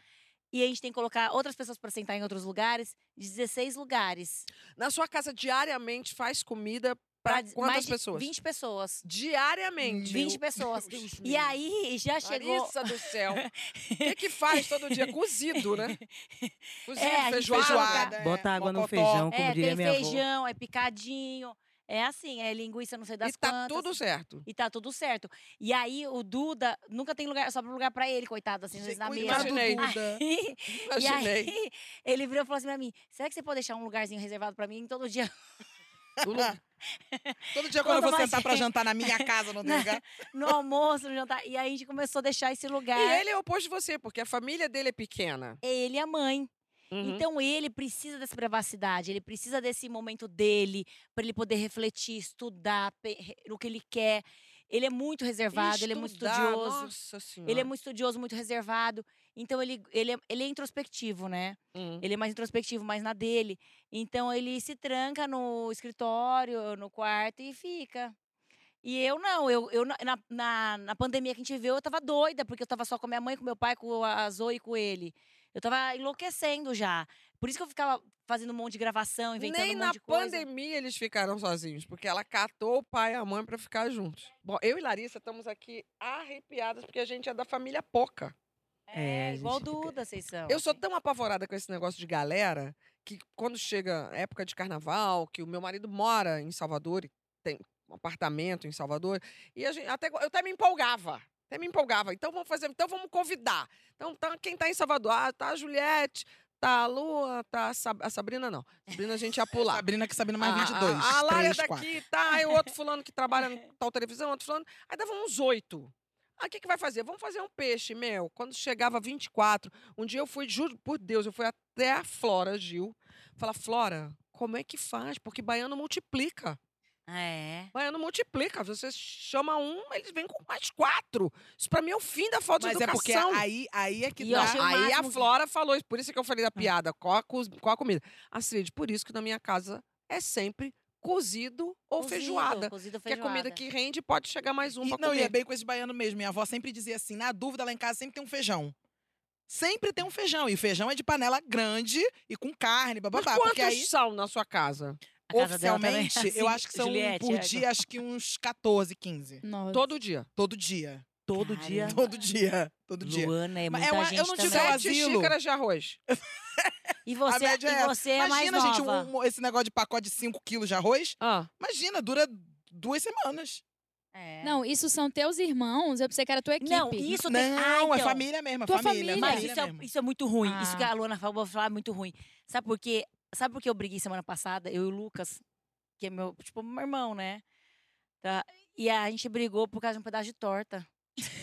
E a gente tem que colocar outras pessoas para sentar em outros lugares. 16 lugares.
Na sua casa, diariamente, faz comida
Pra
para
de- mais
quantas
de
pessoas?
20 pessoas.
Diariamente.
20 pessoas. E aí, já chegou.
Larissa do
[LAUGHS]
céu. O que, que faz todo dia? Cozido, né? Cozido,
É, a gente faz
feijoada.
é,
Bota água no
mocotó.
feijão, como
É,
diria
tem
minha avó.
feijão, é picadinho. É assim, é linguiça, não sei das
E tá
quantas.
tudo certo.
E tá tudo certo. E aí, o Duda nunca tem lugar, sobra lugar pra ele, coitado, assim, às vezes na mesa.
Cuidado,
Imaginei.
Duda.
E, e
[LAUGHS] Imaginei.
aí, [LAUGHS] ele virou e falou assim pra mim: será que você pode deixar um lugarzinho reservado pra mim todo dia? [LAUGHS]
O lu-
Todo dia quando eu
Quanto
vou
mais
sentar pra
gente-
jantar na minha casa, não tem
[LAUGHS] Né?
Não.
lugar.
No almoço, no jantar. E aí a gente começou a deixar esse lugar.
E ele é o oposto de você, porque a família dele é pequena.
É ele e a mãe.
Uhum.
Então ele precisa dessa privacidade, ele precisa desse momento dele para ele poder refletir, estudar pe- re- no que ele quer. Ele é muito reservado, ele é muito
Estudar,
estudioso.
Nossa senhora.
Ele é muito estudioso, muito reservado. Então ele, ele, é, ele é introspectivo, né?
Hum.
Ele é mais introspectivo, mais na dele. Então ele se tranca no escritório, no quarto e fica. E eu não, eu, eu na, na- na, na pandemia que a gente viveu, eu tava doida, porque eu tava só com a minha mãe, com meu pai, com a Zoe e com ele. Eu tava enlouquecendo já. Por isso que eu ficava fazendo um monte de gravação, inventando
Nem
um monte
na
de coisa.
pandemia eles ficaram sozinhos, porque ela catou o pai e a mãe pra ficar juntos. Bom, eu e Larissa estamos aqui arrepiadas porque a gente é da família pouca.
É,
É,
igual
gente, fica-
Duda, vocês são.
Eu sou tão apavorada com esse negócio de galera que quando chega a época de carnaval, que o meu marido mora em Salvador e tem um apartamento em Salvador, e a gente até eu até me empolgava. Até me empolgava. Então vamos fazer, então vamos convidar. Então tá- quem tá em Salvador, ah, tá a Juliette, tá a Lua, tá a, Sab- a Sabrina não. Sabrina a gente ia pular.
Sabrina que Sabrina É mais 22.
A, a, a Lara é
3,
daqui, tá? Aí o outro fulano que trabalha
[LAUGHS]
em tal televisão, outro fulano. Aí dava uns oito. Aí o que, que vai fazer? Vamos fazer um peixe, meu. Quando chegava 24, um dia eu fui, juro por Deus, eu fui até a Flora Gil. Falar, Flora, como é que faz? Porque baiano multiplica.
É.
Baiano multiplica. Você chama um, eles vêm com mais quatro. Isso pra mim é o fim da falta
Mas
de
é porque
educação.
aí, aí é que
E eu
dá.
achei o
Aí a
máximo que-
Flora falou isso, por isso que eu falei da piada, qual a, cus- qual a comida? Astrid, por isso que na minha casa é sempre cozido ou
Cozido,
feijoada.
Cozido,
Que é
feijoada.
comida que rende e pode chegar mais um
E,
pra
não, e é
comer.
bem com esses baianos mesmo. Minha avó sempre dizia assim: na dúvida, lá em casa sempre tem um feijão. Sempre tem um feijão. E feijão é de panela grande e com carne,
Mas
bababá.
quantos
Porque aí,
são na sua casa?
A casa dela também é
oficialmente, eu
assim,
acho que são
Juliette,
por
é.
dia, acho que uns 14, 15.
Nossa.
Todo dia.
Todo dia.
Todo
Cara,
dia.
Todo dia. Todo dia.
Luana, é
Mas
muita
eu- eu
gente
não digo
também.
Seu
Sete
asilo.
xícaras de arroz.
E você,
média é
e
essa.
você é mais
Imagina,
nova.
gente, um- um- esse negócio de pacote de 5 quilos de arroz.
Ah,
Imagina, dura duas semanas.
É.
Não, isso são teus irmãos. Eu pensei que era tua equipe.
Não, isso
não,
tem... Ah,
é
então.
família mesmo. é
Tua
família, é
família.
Mas
família
isso é,
mesmo.
isso é muito ruim. Isso que
Ah.
a Luana falou, vou falar é muito ruim. Sabe por quê? Sabe por que eu briguei semana passada? Eu e o Lucas, que é meu, tipo, meu irmão, né? Tá? E a gente brigou por causa de um pedaço de torta. [LAUGHS]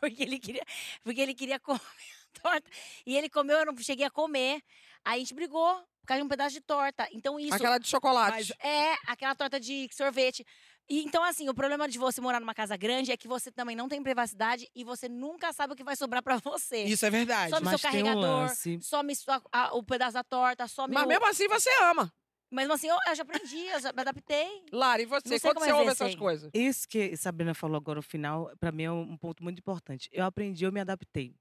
porque ele queria, porque ele queria [LAUGHS] comer a torta. E ele comeu, eu não cheguei a comer. Aí a gente brigou por causa de um pedaço de torta. Então isso
aquela de chocolate.
Mas-
é aquela torta de sorvete. E, então, assim, o problema de você morar numa casa grande é que você também não tem privacidade e você nunca sabe o que vai sobrar pra [LAUGHS] você.
Isso é verdade.
Só- Sobe
Mas
seu
tem um
carregador,
lance.
Some sua- a- o pedaço da torta, some
Mas
o...
mesmo assim você ama.
Mesmo assim, eu, eu já aprendi, eu já me adaptei.
Lara, e
Não sei
você? Quando
como
você
é
ouve
ver
essas
sem.
coisas?
Isso que Sabrina falou agora no final, para mim é um ponto muito importante. Eu aprendi, eu me adaptei.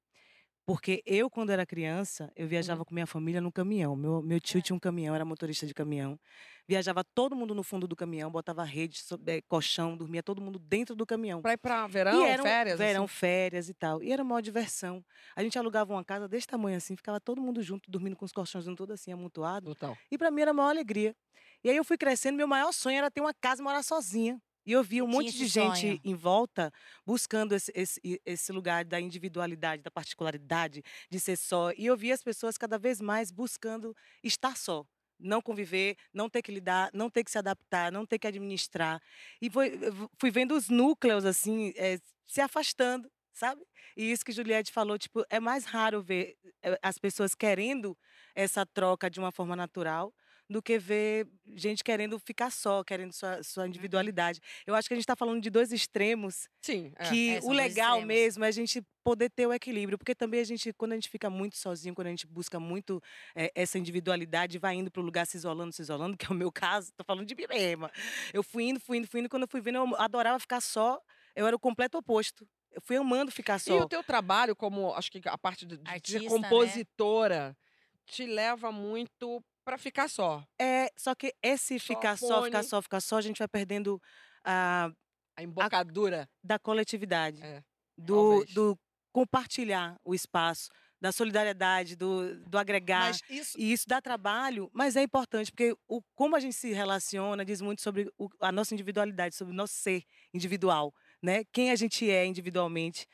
Porque eu, quando era criança,
Hum.
eu viajava com minha família no caminhão. Meu, meu
É.
tio tinha um caminhão, era motorista de caminhão. Viajava todo mundo no fundo do caminhão, botava rede, so- eh, colchão, dormia todo mundo dentro do caminhão.
Pra ir pra verão,
e eram
férias?
verão,
assim?
férias e tal. E era uma diversão. A gente alugava uma casa desse tamanho assim, ficava todo mundo junto, dormindo com os colchões todo assim, amontoado.
Total.
E pra mim era a maior alegria. E aí eu fui crescendo, meu maior sonho era ter uma casa e morar sozinha. E eu via um
Tinha
monte de
esse
gente
sonho.
em volta buscando esse, esse, e- esse lugar da individualidade, da particularidade, de ser só. E eu via as pessoas cada vez mais buscando estar só. Não conviver, não ter que lidar, não ter que se adaptar, não ter que administrar. E foi- eu fu- fui vendo os núcleos, assim, eh, se afastando, sabe? E isso que Juliette falou, tipo, é mais raro ver eh, as pessoas querendo essa troca de uma forma natural do que ver gente querendo ficar só, querendo sua,
Uhum.
sua individualidade. Eu acho que a gente está falando de dois extremos,
Sim. é.
que
é, são
o
dois
legal
extremos.
mesmo é a gente poder ter o equilíbrio, porque também a gente, quando a gente fica muito sozinho, quando a gente busca muito eh, essa individualidade, vai indo para o lugar se isolando, se isolando, [LAUGHS] que é o meu caso, tô falando de mim mesma. Eu fui indo, fui indo, fui indo, quando eu fui vendo, eu adorava ficar só, eu era o completo oposto. eu fui amando ficar
E o
só.
teu trabalho, como acho que a parte de, de
Artista, né?
compositora, te leva muito pra ficar só.
É, só que esse
Só
ficar só, ficar
fone.
só, ficar só, a gente vai perdendo a
A embocadura.
da coletividade,
É,
do,
talvez.
do compartilhar o espaço, da solidariedade, do, do agregar.
Mas isso.
E isso dá trabalho, mas é importante, porque o, como a gente se relaciona diz muito sobre o- a nossa individualidade, sobre o nosso ser individual, né? Quem a gente é individualmente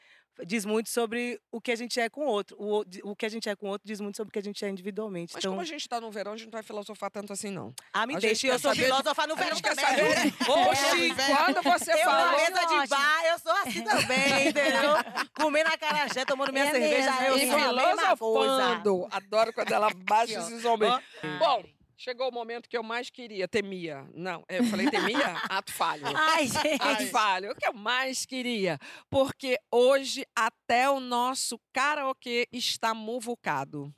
diz muito sobre o que a gente é com o outro. O, ou- o que a gente é com o outro diz muito sobre o que a gente é individualmente.
Mas
então,
como a gente tá no verão, a gente não vai filosofar tanto assim, não.
ah, me
a gente
deixa,
quer
eu sou
saber-
filósofa no
a gente
verão
quer saber-
também. [LAUGHS]
né? Oxi, quando você
É, Eu na
fala.
falou.
mesa de
Ótimo.
bar, eu sou assim também, entendeu? Comendo acarajé, tomando minha
É
cerveja,
mesmo,
eu
E
sou a mesma coisa.
filosofando. Adoro quando
[LAUGHS]
ela baixa
Aqui, ó.
esses homens.
Ó.
Bom, chegou o momento que eu mais queria, temia. Não, eu falei
[LAUGHS]
temia, ato falho.
Ai, gente.
Ato falho. O que eu mais queria? Porque hoje até o nosso karaokê está muvucado.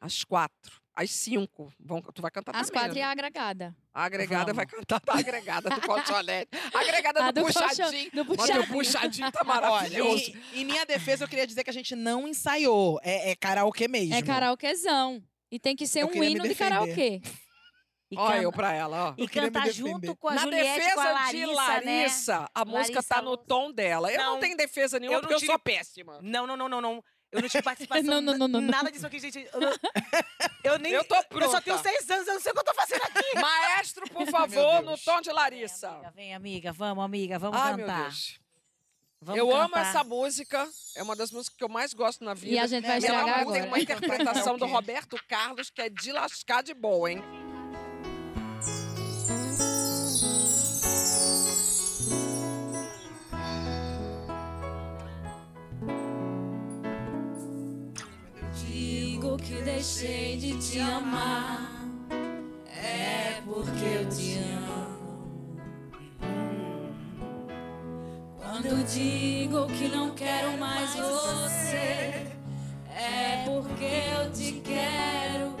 Às quatro. Às cinco. Vão, tu vai cantar
Às
também,
quatro e
né?
a agregada.
A agregada vai cantar da agregada
[LAUGHS]
do colchonete. A agregada
A
do,
Tá, do colchão-
puxadinho.
do
Olha, o
puxadinho.
puxadinho tá
Olha,
maravilhoso.
em, em minha defesa, eu queria dizer que a gente não ensaiou. É, é karaokê mesmo.
É karaokezão. E tem que ser
Eu
um
queria me
hino de
defender. [LAUGHS]
karaokê.
E
Olha
can-
[LAUGHS] eu pra ela, ó.
E
Eu queria me
cantar
defender.
junto com a
Na
Juliette,
é defesa
com a Larissa,
de
né?
Larissa, a música
Larissa
tá no
Lousa.
tom dela. Eu não,
Não,
tenho defesa nenhuma
eu não
porque eu
tive-
sou péssima.
Não, não, não, não, não. Eu não tive participação.
Não, não, não, não, não.
Nada disso aqui, gente. Eu, não- eu nem.
Eu tô pronta.
Eu só tenho seis anos, eu não sei o que eu tô fazendo aqui.
Maestro, por favor, no
Deus.
tom de
Vem,
Larissa.
amiga, vem, amiga. Vamos, amiga. Vamos
Ai, meu
cantar.
Deus.
Vamos
eu amo
cantar.
essa música. É uma das músicas que eu mais gosto na vida.
E a gente
né?
vai
E ela
estragar
tem
agora.
uma interpretação do Roberto Carlos que é de lascar de boa, hein?
Digo que deixei de te amar. É porque eu te amo. Quando digo que não quero mais você, é porque eu te quero.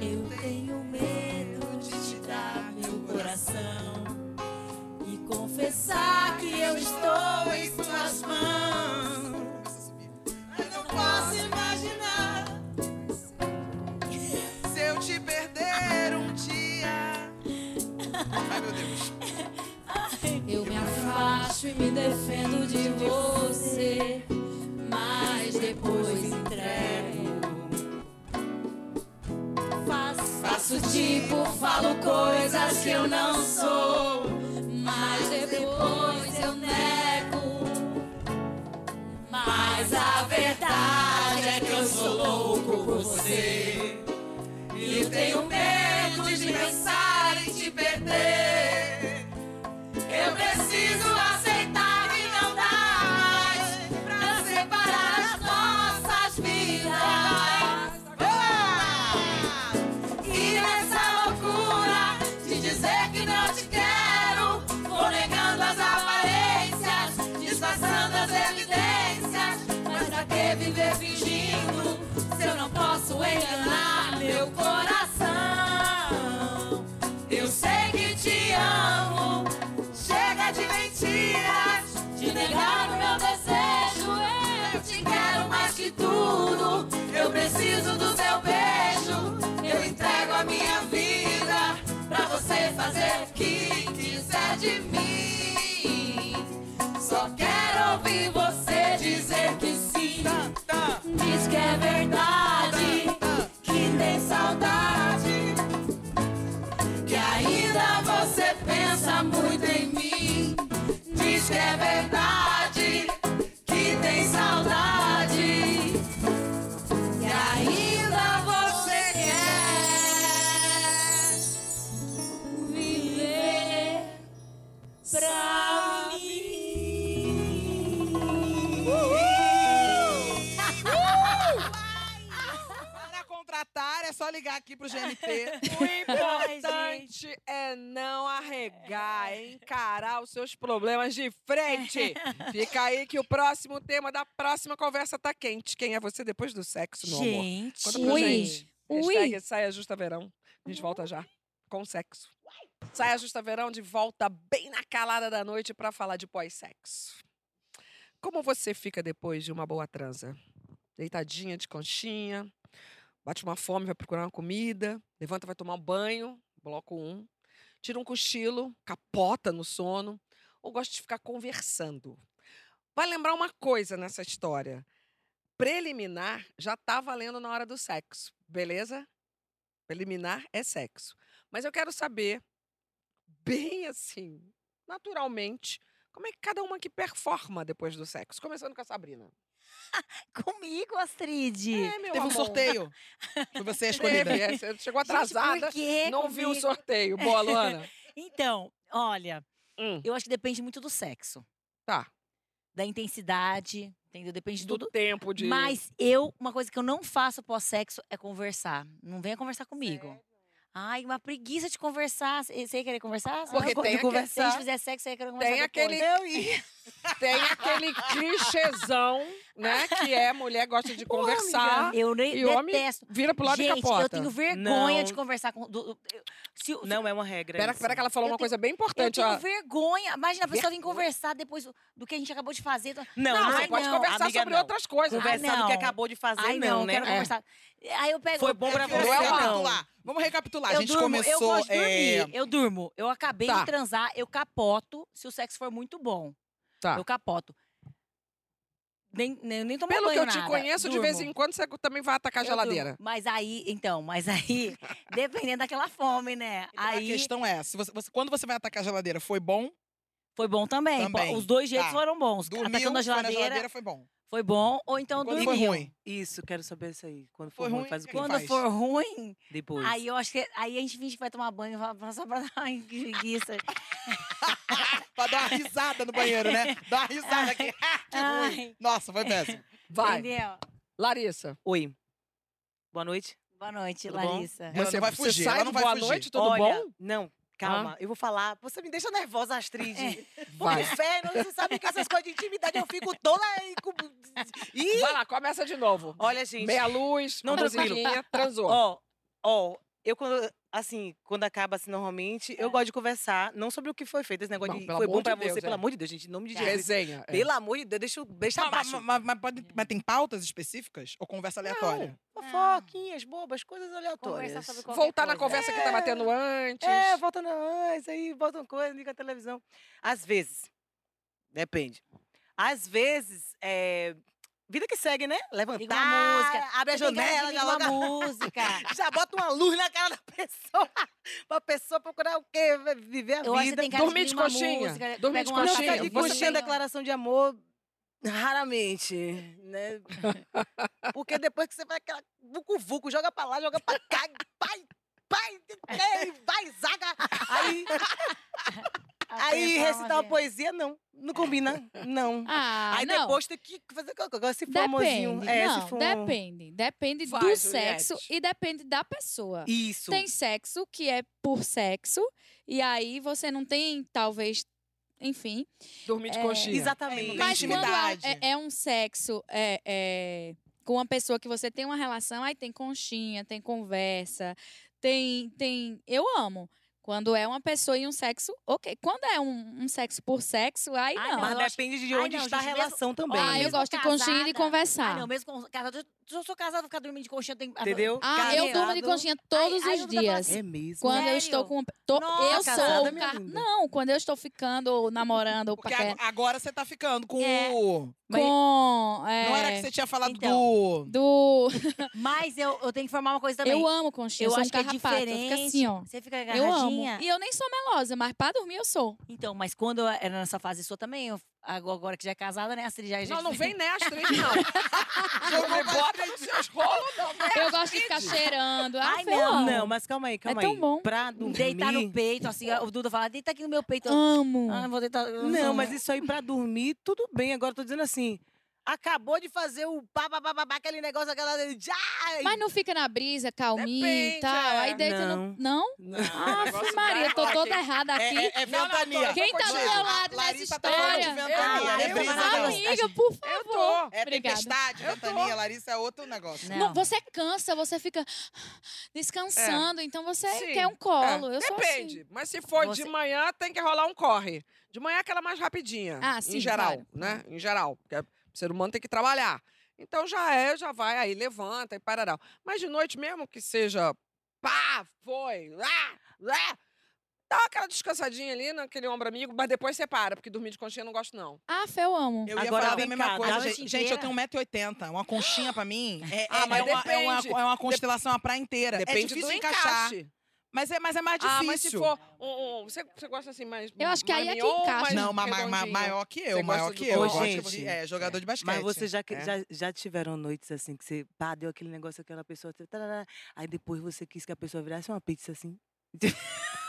Eu tenho medo de te dar meu coração e confessar que eu estou em suas mãos.
Eu não posso imaginar se eu te perder um dia. Ai, meu Deus.
Eu me afasto e me defendo de você, mas depois entrego. Faço, faço tipo, falo coisas que eu não sou, mas depois eu nego. Mas a verdade é que eu sou louco por você. E tenho medo de pensar em te perder. Eu preciso aceitar que não dá mais pra separar as nossas vidas. Boa! E nessa loucura de dizer que não te quero, vou negando as aparências, disfarçando as evidências. Mas pra que viver fingindo se eu não posso enganar meu coração? Eu sei que te amo. Chega de mentiras, de negar o meu desejo. Eu te quero mais que tudo. Eu preciso do seu beijo. Eu entrego a minha vida pra você fazer o que quiser de mim. Só quero ouvir você dizer que sim. Diz que é verdade, que tem saudade que ainda você pensa muito em mim. Diz que é verdade, que tem saudade, que ainda você quer viver pra mim.
Para contratar, é só ligar aqui pro GNT.
O É importante é não arregar, é encarar os seus problemas de frente. Fica aí que o próximo tema da próxima conversa tá quente. Quem é você depois do sexo, meu amor?
Gente.
Conta pra gente.
Ui.
Hashtag saia justa verão. A gente volta já. Com sexo. Saia Justa Verão de volta bem na calada da noite para falar de pós-sexo. Como você fica depois de uma boa transa? Deitadinha de conchinha, bate uma fome, vai procurar uma comida, levanta, vai tomar um banho, bloco um, tira um cochilo, capota no sono, ou gosta de ficar conversando. Vai lembrar uma coisa nessa história. Preliminar já tá valendo na hora do sexo, beleza? Preliminar é sexo. Mas eu quero saber, bem assim, naturalmente, como é que cada uma que performa depois do sexo. Começando com a Sabrina. É,
Comigo, Astrid.
meu
Teve um sorteio. Foi você a escolhida.
Teve, é, você
[LAUGHS]
chegou
Gente,
atrasada,
por quê
não viu o
comigo? [LAUGHS]
sorteio. Boa, Luana.
Então, olha,
Hum,
eu acho que depende muito do sexo,
tá.
da intensidade, entendeu? Depende de
Do
tudo.
tempo de...
Mas eu, uma coisa que eu não faço pós-sexo é conversar. Não venha conversar comigo. Ai, uma preguiça de conversar. Você você ia querer conversar? Você
Porque
não-
tem
de [LAUGHS]
aque-
conversar. Se a gente fizer sexo, você ia querer conversar
Tem
depois.
aquele, tem aquele clichêzão, né? Que é mulher gosta de
Porra, amiga, [LAUGHS]
conversar,
Eu nem
e homem
detesto.
vira pro lado
gente,
e capota.
eu tenho vergonha
Não.
de conversar com... do- do- eu- se, se-
Não é uma regra.
Pera,
isso.
pera que ela falou
Eu
uma
tenho-
coisa bem
eu
importante.
tenho
ó.
vergonha. Imagina, a pessoa vem
Vergonha.
conversar depois do, do que a gente acabou de fazer.
Não,
Não,
não,
você
ai,
é
pode
não,
conversar
amiga,
sobre
não.
outras coisas.
Conversa-
conversar do que
não.
acabou de fazer,
Ai,
não,
não,
né?
quero
É.
conversar. Aí eu pego...
Foi bom pra
É que eu
você,
vou lá.
não.
recapitular. Vamos recapitular.
Eu
a gente
durmo, eu
começou.
gosto de
é,
dormir, eu durmo. Eu acabei
Tá.
de transar, eu capoto se o sexo for muito bom.
Tá.
Eu capoto. Nem, nem, nem tomo
Pelo que
banho,
eu te
nada,
conheço, de vez
durmo.
em quando você também vai atacar a
Eu durmo.
geladeira.
Mas aí, então, mas aí, [LAUGHS] dependendo daquela fome, né?
então
aí
A questão é, se você- você- quando você vai atacar a geladeira, foi bom?
foi bom também.
Também,
Pô, Os dois jeitos
tá.
foram bons.
Dormiu,
Atacando a
foi na
geladeira,
geladeira, foi bom.
foi bom. Ou então
Quando foi
dormiu.
ruim?
Isso, quero saber isso aí. Quando for
Foi
ruim,
ruim,
faz
o
o quê?
que que
Quando
faz?
for ruim,
Depois.
aí eu acho que. Aí a gente finge que vai tomar banho e vai só pra dar uma [LAUGHS] preguiça.
Pra dar uma risada no banheiro, né? Dá uma risada aqui. [LAUGHS] que ruim.
Ai,
Nossa, foi péssimo.
Vai,
Entendeu?
Larissa.
Oi. Boa noite.
Boa noite,
Tudo bom?
Larissa.
Ela não vai
você
fugir,
sai
ela não
do
vai
boa
fugir.
noite, tudo
Olha,
bom? Ah.
Não, calma. Eu vou falar. Você me deixa nervosa, Astrid. Por
É, Vai.
inferno, você sabe que essas coisas de intimidade eu fico toda... aí com- Ih!
Vai lá, começa de novo.
Olha, gente.
Meia luz,
Não,
não
tranquilo.
musiquinha, transou.
Ó, ó, eu quando. Assim, quando acaba assim normalmente,
É.
eu gosto de conversar, não sobre o que foi feito. Esse negócio
Bom,
de
pelo
foi
amor
bom
de
pra
Deus,
você,
é.
pelo amor de Deus, gente, em nome de Jesus.
Resenha. é.
Pelo amor de Deus, deixa o beijo
Mas,
abaixo.
mas- mas- mas pode- mas tem pautas específicas ou conversa aleatória?
Fofoquinhas, bobas, coisas
Conversar
aleatórias.
sobre qualquer
Voltar na
coisa.
conversa que tava tendo antes.
É, volta na antes, aí botam coisa, liga a televisão. Às vezes. Depende. Às vezes, é, vida que segue, né? Levantar,
Liga uma música.
abre a
Você tem que
janela,
ligar
já logo
uma música.
[LAUGHS]
[LAUGHS] já bota uma luz na cara da pessoa. pra pessoa procurar o quê? Viver a
Eu acho que você
vida.
tem cara
Dormir de
ligar uma
coxinha,
música,
dormir
pega
de
uma
Não,
coxinha,
ficar de
música,
coxinha
você-
declaração de amor, raramente,
[LAUGHS]
né? Porque depois que você faz aquela vucu-vucu, joga pra lá, joga pra cá, pai, pai, é, vai, zaga.
[LAUGHS]
Aí, aí
então,
Apertar
recitar uma
vez.
poesia, não. Não combina, não.
Ah,
aí
não.
depois tem que fazer agora se for amorzinho.
Depende,
É,
não,
se for um-
depende. Depende
Vai,
do
Juliette.
sexo e depende da pessoa.
Isso.
Tem sexo que é por sexo, e aí você não tem, talvez, enfim.
Dormir de
É,
coxinha.
Exatamente.
Tem
Mas quando há-
intimidade.
é, é um sexo é, é, com uma pessoa que você tem uma relação, aí tem conchinha, tem conversa, tem. tem eu amo. Quando é uma pessoa e um sexo, ok. Quando é um, um sexo por sexo, aí
Ai, mas
não.
Mas
eu acho-
depende de
Ai,
onde
não,
está a
gente, mesmo-
relação também.
Ah, eu
mesmo
gosto de conchinha e de
casada-
conversar.
Ah, não, mesmo com casado. Se eu sou casada, vou ficar dormindo de conchinha. Tem...
Entendeu?
Ah, eu durmo de
Casado.
conchinha todos
ai, eu
os
nunca falo
dias.
assim.
É mesmo.
Quando eu
Sério?
estou com. to-
Nossa, é
eu
casada,
sou.
minha
ca-
linda.
Não, quando eu estou ficando, ou namorando, ou
Porque
paquera,
ag- agora você tá ficando com
É.
o...
com.
Não era que
é, Então.
você tinha falado do...
Do.
Mas eu, eu tenho que formar uma coisa também.
Eu amo conchinha.
Eu
sou
acho
um
que é
carrapato, eu fico
diferente.
assim, ó.
Você fica
Eu amo.
agarradinha.
E eu nem sou melosa, mas pra dormir eu sou.
Então, mas quando eu era nessa fase sua também, eu- agora que já é casada, né, Astrid? Já, já [LAUGHS]
Não, não vem nessa, três, não. Jogou bota nos
[LAUGHS]
seus rolos, não. né?
Eu gosto de ficar cheirando. Ah,
Ai,
Fê,
não,
amo.
Não, mas calma aí, calma aí.
É tão bom.
Pra dormir...
Deitar no peito, assim. O Duda fala, deita aqui no meu peito.
Amo.
Hum.
Ah, eu vou deitar.
Não, mas isso aí pra dormir, tudo bem. Agora eu tô dizendo assim.
acabou de fazer o pá, pá, pá, pá, pá, aquele negócio, aquela. Já!
Mas não fica na brisa, calminha
Depende,
e tal.
é.
Aí deita
Não.
no. Não? Aff,
negócio
Maria, tô
vai,
toda
ok.
errada
É,
aqui.
é, é ventania.
Quem tá do
Continua.
meu lado nessa
Larissa tá falando de
história?
ventania,
Ah,
não é
eu-
brisa,
Ah,
não.
Amiga, por favor.
É
Obrigada.
tempestade, ventania. Larissa é outro
né?
negócio.
Não, você cansa, você fica descansando, então você
Sim.
quer um colo. Eu sou assim.
É, Depende. Mas se for
Você-
de manhã, tem que rolar um corre. De manhã é aquela mais rapidinha.
Ah, sim,
Em geral,
claro.
né? Em geral. Porque o ser humano tem que trabalhar. Então já é, já vai, aí levanta e parará. Mas de noite mesmo que seja pá, foi, lá, lá, dá aquela descansadinha ali naquele ombro amigo, mas depois você para, porque dormir de conchinha eu não gosto, não.
Ah, Fé, eu amo.
Eu ia
Agora
falar da
vem
mesma
cá,
coisa.
da
Gente,
noite
gente, eu tenho
inteira?
1,80m. Uma conchinha pra
[LAUGHS]
mim é,
Ah,
é-
mas
é uma, é, uma,
depende.
é uma constelação, a praia inteira.
Depende
é difícil
do
encaixar.
encaixe.
Mas é, mas é mais difícil.
Ah, mas se for um, um- você, você gosta assim mais
Eu acho que aí é que
mamiô,
encaixa.
mais
Não, ma, ma- ma-
redondinho?
maior que eu,
Você
maior
gosta
que
do
eu.
Ô,
gosto
gente.
de- é, jogador de basquete.
Mas vocês já, que-
é.
já, já tiveram noites assim, que você pá, deu aquele negócio, aquela pessoa. tá, tá, tá, aí depois você quis que a pessoa virasse uma pizza assim.
Pizza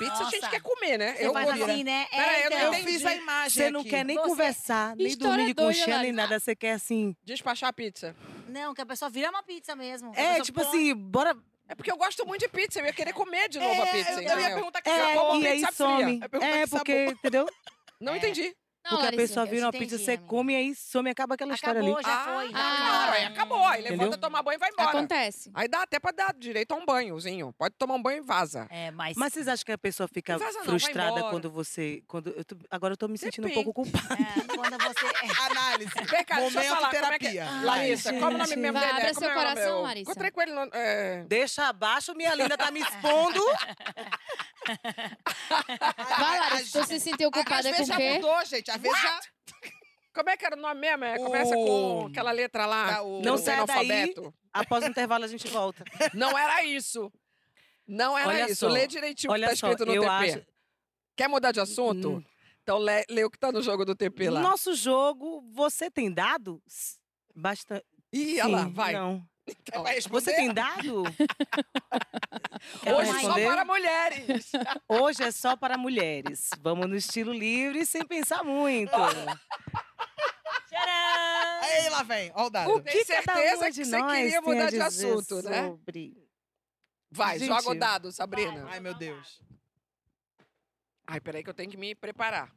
a gente
Nossa.
quer comer, né?
Você
eu
faz
comi, né?
assim, né?
Peraí,
É,
eu não
então.
Eu fiz a imagem
Você não
aqui.
quer nem
Você-
conversar, nem
História
dormir de
doida,
conchinha, nem
Larissa.
nada. Você quer assim.
Despachar pizza.
Não, que a pessoa vira uma pizza mesmo. que a
É,
pessoa
tipo
põe-
assim, bora.
É porque eu gosto muito de pizza, eu ia querer comer de novo
É,
a pizza,
eu- eu ia
entendeu?
Tá
perguntar que sabor.
É,
como
e aí
pizza fria.
some.
Eu perguntei
É,
que sabor.
porque, entendeu?
Não entendi.
Não,
Porque a
Larissa,
pessoa
eu
vira uma
te
pizza,
entendi,
você
amiga.
come aí some, acaba aquela história ali.
Acabou, já foi.
Ah,
já
claro, aí
foi.
acabou. Aí
Entendeu?
levanta, toma banho e vai embora.
Acontece.
Aí dá até pra dar direito a um banhozinho. Pode tomar um banho e vaza.
É, mas...
Mas vocês acham que a pessoa fica
Vaza não, vai
frustrada
embora.
quando você. Quando eu tô- agora eu tô me sentindo um pouco
Depende.
culpada.
é, quando você... [LAUGHS]
[LAUGHS]
Análise.
Vem cá, deixa eu
Momento
falar, como é que é?
terapia.
Larissa, qual é o nome
gente.
mesmo
Vai,
dele?
abre
É, como
seu
é o nome?
coração,
Eu
Larissa.
Encontrei com ele no... é,
Deixa abaixo, minha linda, tá [LAUGHS] me expondo.
Vai, Larissa, tu se sentiu
tá
Às
culpada
vezes
com o
já
quê?
mudou, gente. Às vezes já...
Como é que era o nome mesmo? É, começa
O-
com aquela letra lá.
Tá, o-
Não
do
sai daí.
alfabeto.
Após o intervalo, a
[LAUGHS]
gente volta.
Não era isso. Não era
Olha
isso.
só,
Lê direitinho o que
Olha
tá
só,
escrito no
eu
TP.
acho.
Quer mudar de assunto?
Hum.
Então lê, lê o que tá no jogo do TP lá.
Nosso jogo, você tem dado? Basta.
Ih, olha lá,
Sim,
vai. Tipo,
Não.
É pra responder?
Você
[LAUGHS]
tem dado? Quer
Hoje é só
responder?
para mulheres.
Hoje é só para mulheres. Vamos no estilo livre, sem pensar muito.
Tcharam!
Aí lá vem, ó o dado.
O
Tem
que certeza que você queria
tem a
mudar de
dizer
assunto, né?
sobre?
Vai,
Gente,
joga o dado, Sabrina.
Ai, meu Deus.
Ai, peraí que eu tenho que me preparar.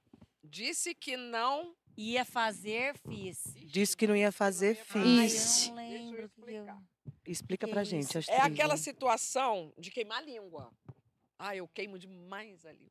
Disse que não.
Ia fazer, fiz.
Disse que não ia fazer,
Ai,
fiz.
Ixi.
Ai, eu não lembro o que que eu...
Explica
Que
pra
isso.
gente. as
É
três,
aquela
um
né?
situação de queimar a língua. Ai, eu queimo demais a língua.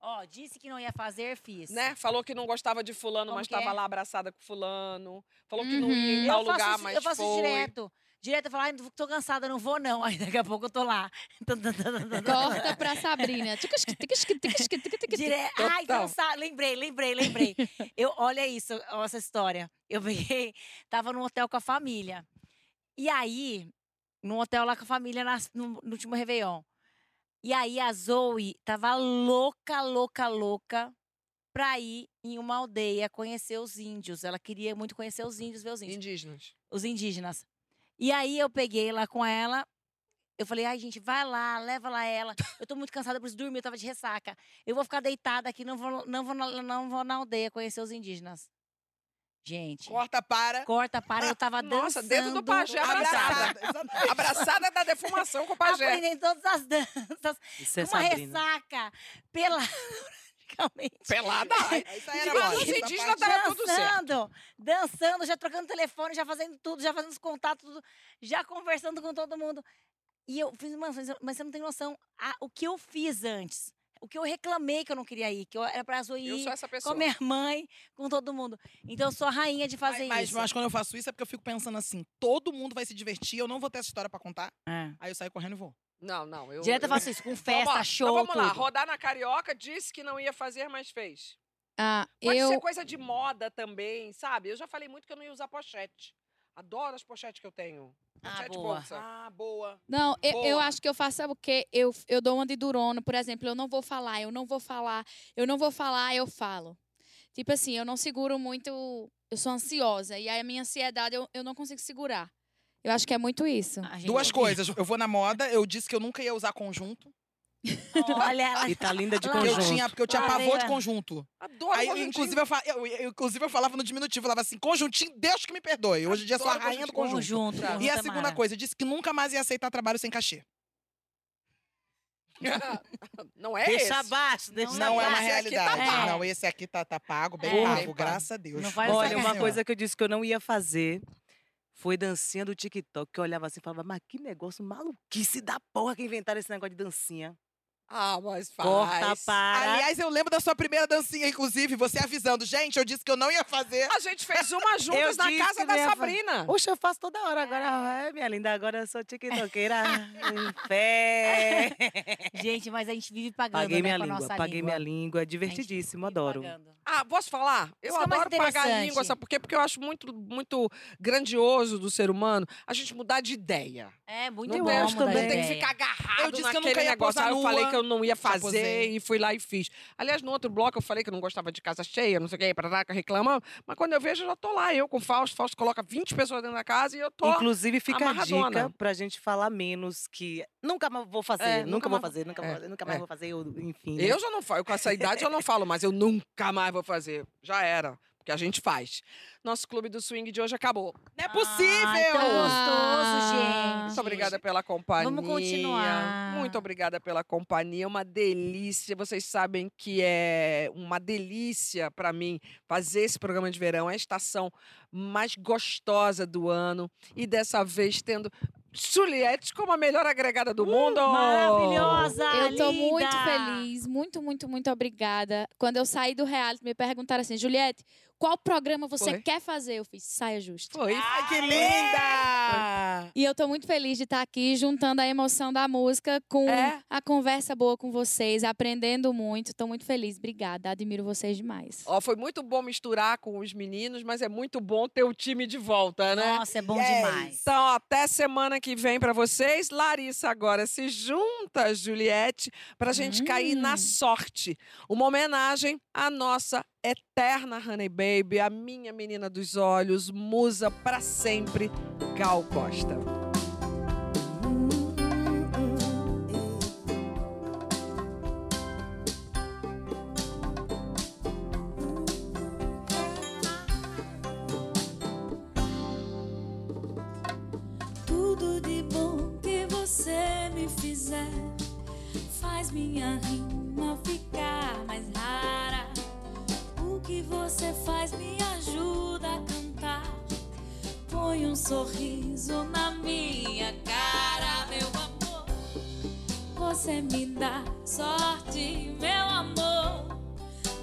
Ó, disse que não ia fazer, fiz.
Né? Falou que não gostava de fulano,
Como
mas
que é?
estava lá abraçada com fulano. Falou que não ia
Uhum.
em
Eu
tal
faço
lugar,
isso-
mas
Eu faço isso
foi.
direto. Direto, eu falo, ai, não- tô cansada, não vou não. Aí daqui a pouco eu tô lá. [LAUGHS]
Corta pra Sabrina. Ticus, ticus, ticus, ticus, ticus, ticus.
Direto. Ai,
Total.
cansada. Lembrei, lembrei, lembrei. eu, olha isso, ó, essa história. Eu peguei, [LAUGHS] tava num hotel com a família. E aí, num hotel lá com a família nas- no, no último Réveillon. E aí a Zoe tava louca, louca, louca pra ir em uma aldeia conhecer os índios. Ela queria muito conhecer os índios, ver os índios
Indígenas.
os indígenas. E aí eu peguei lá com ela. Eu falei, ai, gente, vai lá, leva lá ela. Eu tô muito cansada, preciso dormir, eu tava de ressaca. Eu vou ficar deitada aqui, não vou, não vou, na, não vou na aldeia conhecer os indígenas. Gente,
Corta para.
corta, para, eu tava
[LAUGHS] Nossa,
dançando.
dentro do pajé abraçada.
Abraçada. Exatamente.
abraçada da defumação com o pajé.
Aprendendo todas as danças,
Isso é
uma [LAUGHS]
Sabrina.
ressaca, pela... Realmente.
Pelada. Ai,
Isso aí era
Digamos
moda.
os
Essa
indígenas
parte-
da- Tava tá tudo
dançando, dançando, já trocando telefone, já fazendo tudo, já fazendo os contatos, tudo, já conversando com todo mundo. E eu fiz, mano, mas eu- mas você não tem noção a- o que eu fiz antes. O que eu reclamei que eu não queria ir, que eu era pra Zoe
Eu
ir
sou essa
com a
pessoa.
minha mãe, com todo mundo. Então eu sou a rainha de fazer
mas,
isso.
mas quando eu faço isso é porque eu fico pensando assim, todo mundo vai se divertir, eu não vou ter essa história pra contar.
É.
Aí eu saio correndo e vou.
Não, não. Eu,
Direto eu
eu-
faço isso, com
Então,
festa,
bora.
show,
Então vamos lá,
tudo.
rodar na carioca, disse que não ia fazer, mas fez.
Ah,
Pode
eu.
ser coisa de moda também, sabe? Eu já falei muito que eu não ia usar pochete. Adoro as pochetes que eu tenho.
Ah,
Pochete
boa.
bolsa.
Ah, boa.
Não, eu, eu
Boa.
acho que eu faço sabe o quê? Eu, eu dou uma de durona, por exemplo, eu não vou falar, eu não vou falar, eu não vou falar, eu falo. Tipo assim, eu não seguro muito, eu sou ansiosa, e aí a minha ansiedade eu, eu não consigo segurar. Eu acho que é muito isso.
A gente-
Duas coisas, eu vou na moda, eu disse que eu nunca ia usar conjunto.
Olha ela.
E tá linda de
Lá-
conjunto.
Eu tinha, porque eu tinha
Lá
pavor de
veio.
conjunto.
Adoro
Aí,
conjuntinho.
inclusive, eu, fa- eu- eu- inclusive, eu falava no diminutivo, falava assim, conjuntinho, Deus que me perdoe. Hoje em dia eu sou a
Adoro
rainha do
Conjunto.
conjunto.
conjunto
E a
é
segunda
mara.
coisa, disse que nunca mais ia aceitar trabalho sem cachê.
[LAUGHS] Não é esse.
Deixa abaixo, deixa
Não é uma
abaixo.
realidade.
pago.
Não, esse aqui tá, tá pago, bem
É.
pago, graças a Deus.
Não faz essa
Olha,
Olha,
uma
senhora.
coisa que eu disse que eu não ia fazer foi dancinha do TikTok, que eu olhava assim e falava, mas que negócio maluquice da porra que inventaram esse negócio de dancinha.
Ah, mas faz.
Corta para.
Aliás, eu lembro da sua primeira dancinha, inclusive, você avisando. Gente, eu disse que eu não ia fazer.
A gente fez uma
Eu
juntas na
disse
casa
que
da
não ia fa-
Sabrina.
Oxe, eu faço toda hora agora. É, minha linda, agora eu sou tiktokeira em fé.
Gente, mas a gente vive pagando
Paguei
né,
minha
com a
língua,
nossa
paguei
língua.
minha língua. É
A gente
divertidíssimo,
vive
adoro.
pagando.
Ah, posso falar? Eu
Isso que é mais
adoro pagar a língua,
interessante.
sabe por quê? Porque eu acho muito, muito grandioso do ser humano a gente mudar de ideia.
É, muito
não
bom
tem,
mudar
não
de
tem que
ideia.
ficar agarrado
Eu disse que eu
naquele
nunca ia
negócio.
posar
Aí eu falei
nua,
que eu não ia
já
fazer
posei.
e fui lá e fiz. Aliás, no outro bloco eu falei que eu não gostava de casa cheia, não sei o que, paraca, reclamando. Mas quando eu vejo, eu já tô lá, eu com o Fausto. Fausto coloca 20 pessoas dentro da casa e eu tô...
Inclusive, fica a
amarradona.
dica pra gente falar menos que nunca mais vou fazer,
É, nunca
nunca, vou
mais-
fazer, nunca,
é,
vou fazer, nunca mais
é.
vou fazer, ou- enfim. né?
Eu já não falo, com essa idade eu não falo, mas eu nunca mais vou fazer. Já era, porque a gente faz. Nosso clube do swing de hoje acabou.
Não é
Ah, então
possível!
gostoso,
Ah.
gente.
Muito obrigada pela companhia.
continuar.
Muito obrigada pela companhia. é Uma delícia. Vocês sabem que é uma delícia para mim fazer esse programa de verão. É a estação mais gostosa do ano. E dessa vez tendo Juliette como a melhor agregada do mundo.
Uh, Maravilhosa,
Ah,
Eu tô muito
linda.
feliz, muito, muito, muito obrigada. Quando eu saí do reality, me perguntaram assim, Juliette, qual programa você
Foi.
quer fazer? Eu fiz Saia Justa.
Foi.
Ai, que linda!
E eu tô muito feliz de estar aqui juntando a emoção da música com
É.
a conversa boa com vocês, aprendendo muito. Tô muito feliz, obrigada. Admiro vocês demais.
Ó, foi muito bom misturar com os meninos, mas é muito bom ter o time de volta, né?
Nossa, é bom
Yes.
demais.
Então, ó, até semana que vem pra vocês. Larissa agora se junta, Juliette, pra gente cair na
Hum.
sorte. Uma homenagem à nossa eterna Honey Baby, a minha menina dos olhos, musa pra sempre, Gal Costa.
Tudo de bom que você me fizer faz minha rima ficar mais rara. O que você faz me ajuda a cantar. Põe um sorriso na minha cara, meu amor. Você me dá sorte, meu amor.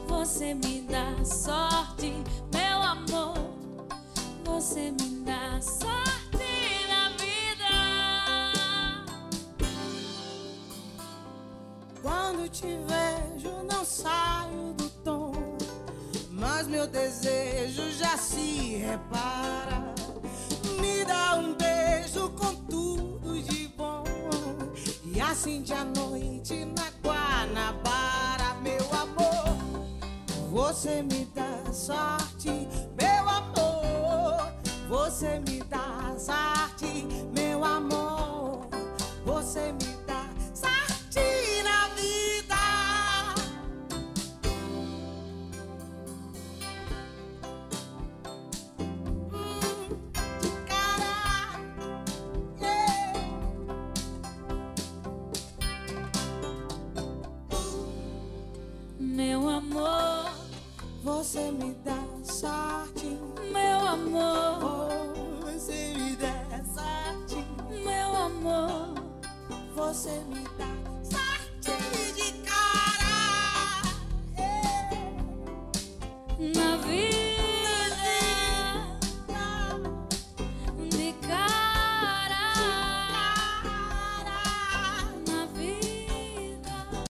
Você me dá sorte, meu amor. Você me dá sorte na vida.
Quando te vejo, não saio do tom. Mas meu desejo já se repara. Me dá um beijo com tudo de bom. E acende a noite na Guanabara, meu amor. Você me dá sorte, meu amor. Você me dá sorte, meu amor. Você me dá sorte na vida. Hum, de cara, yeah.
Meu amor,
Você me dá sorte,
meu amor,
oh,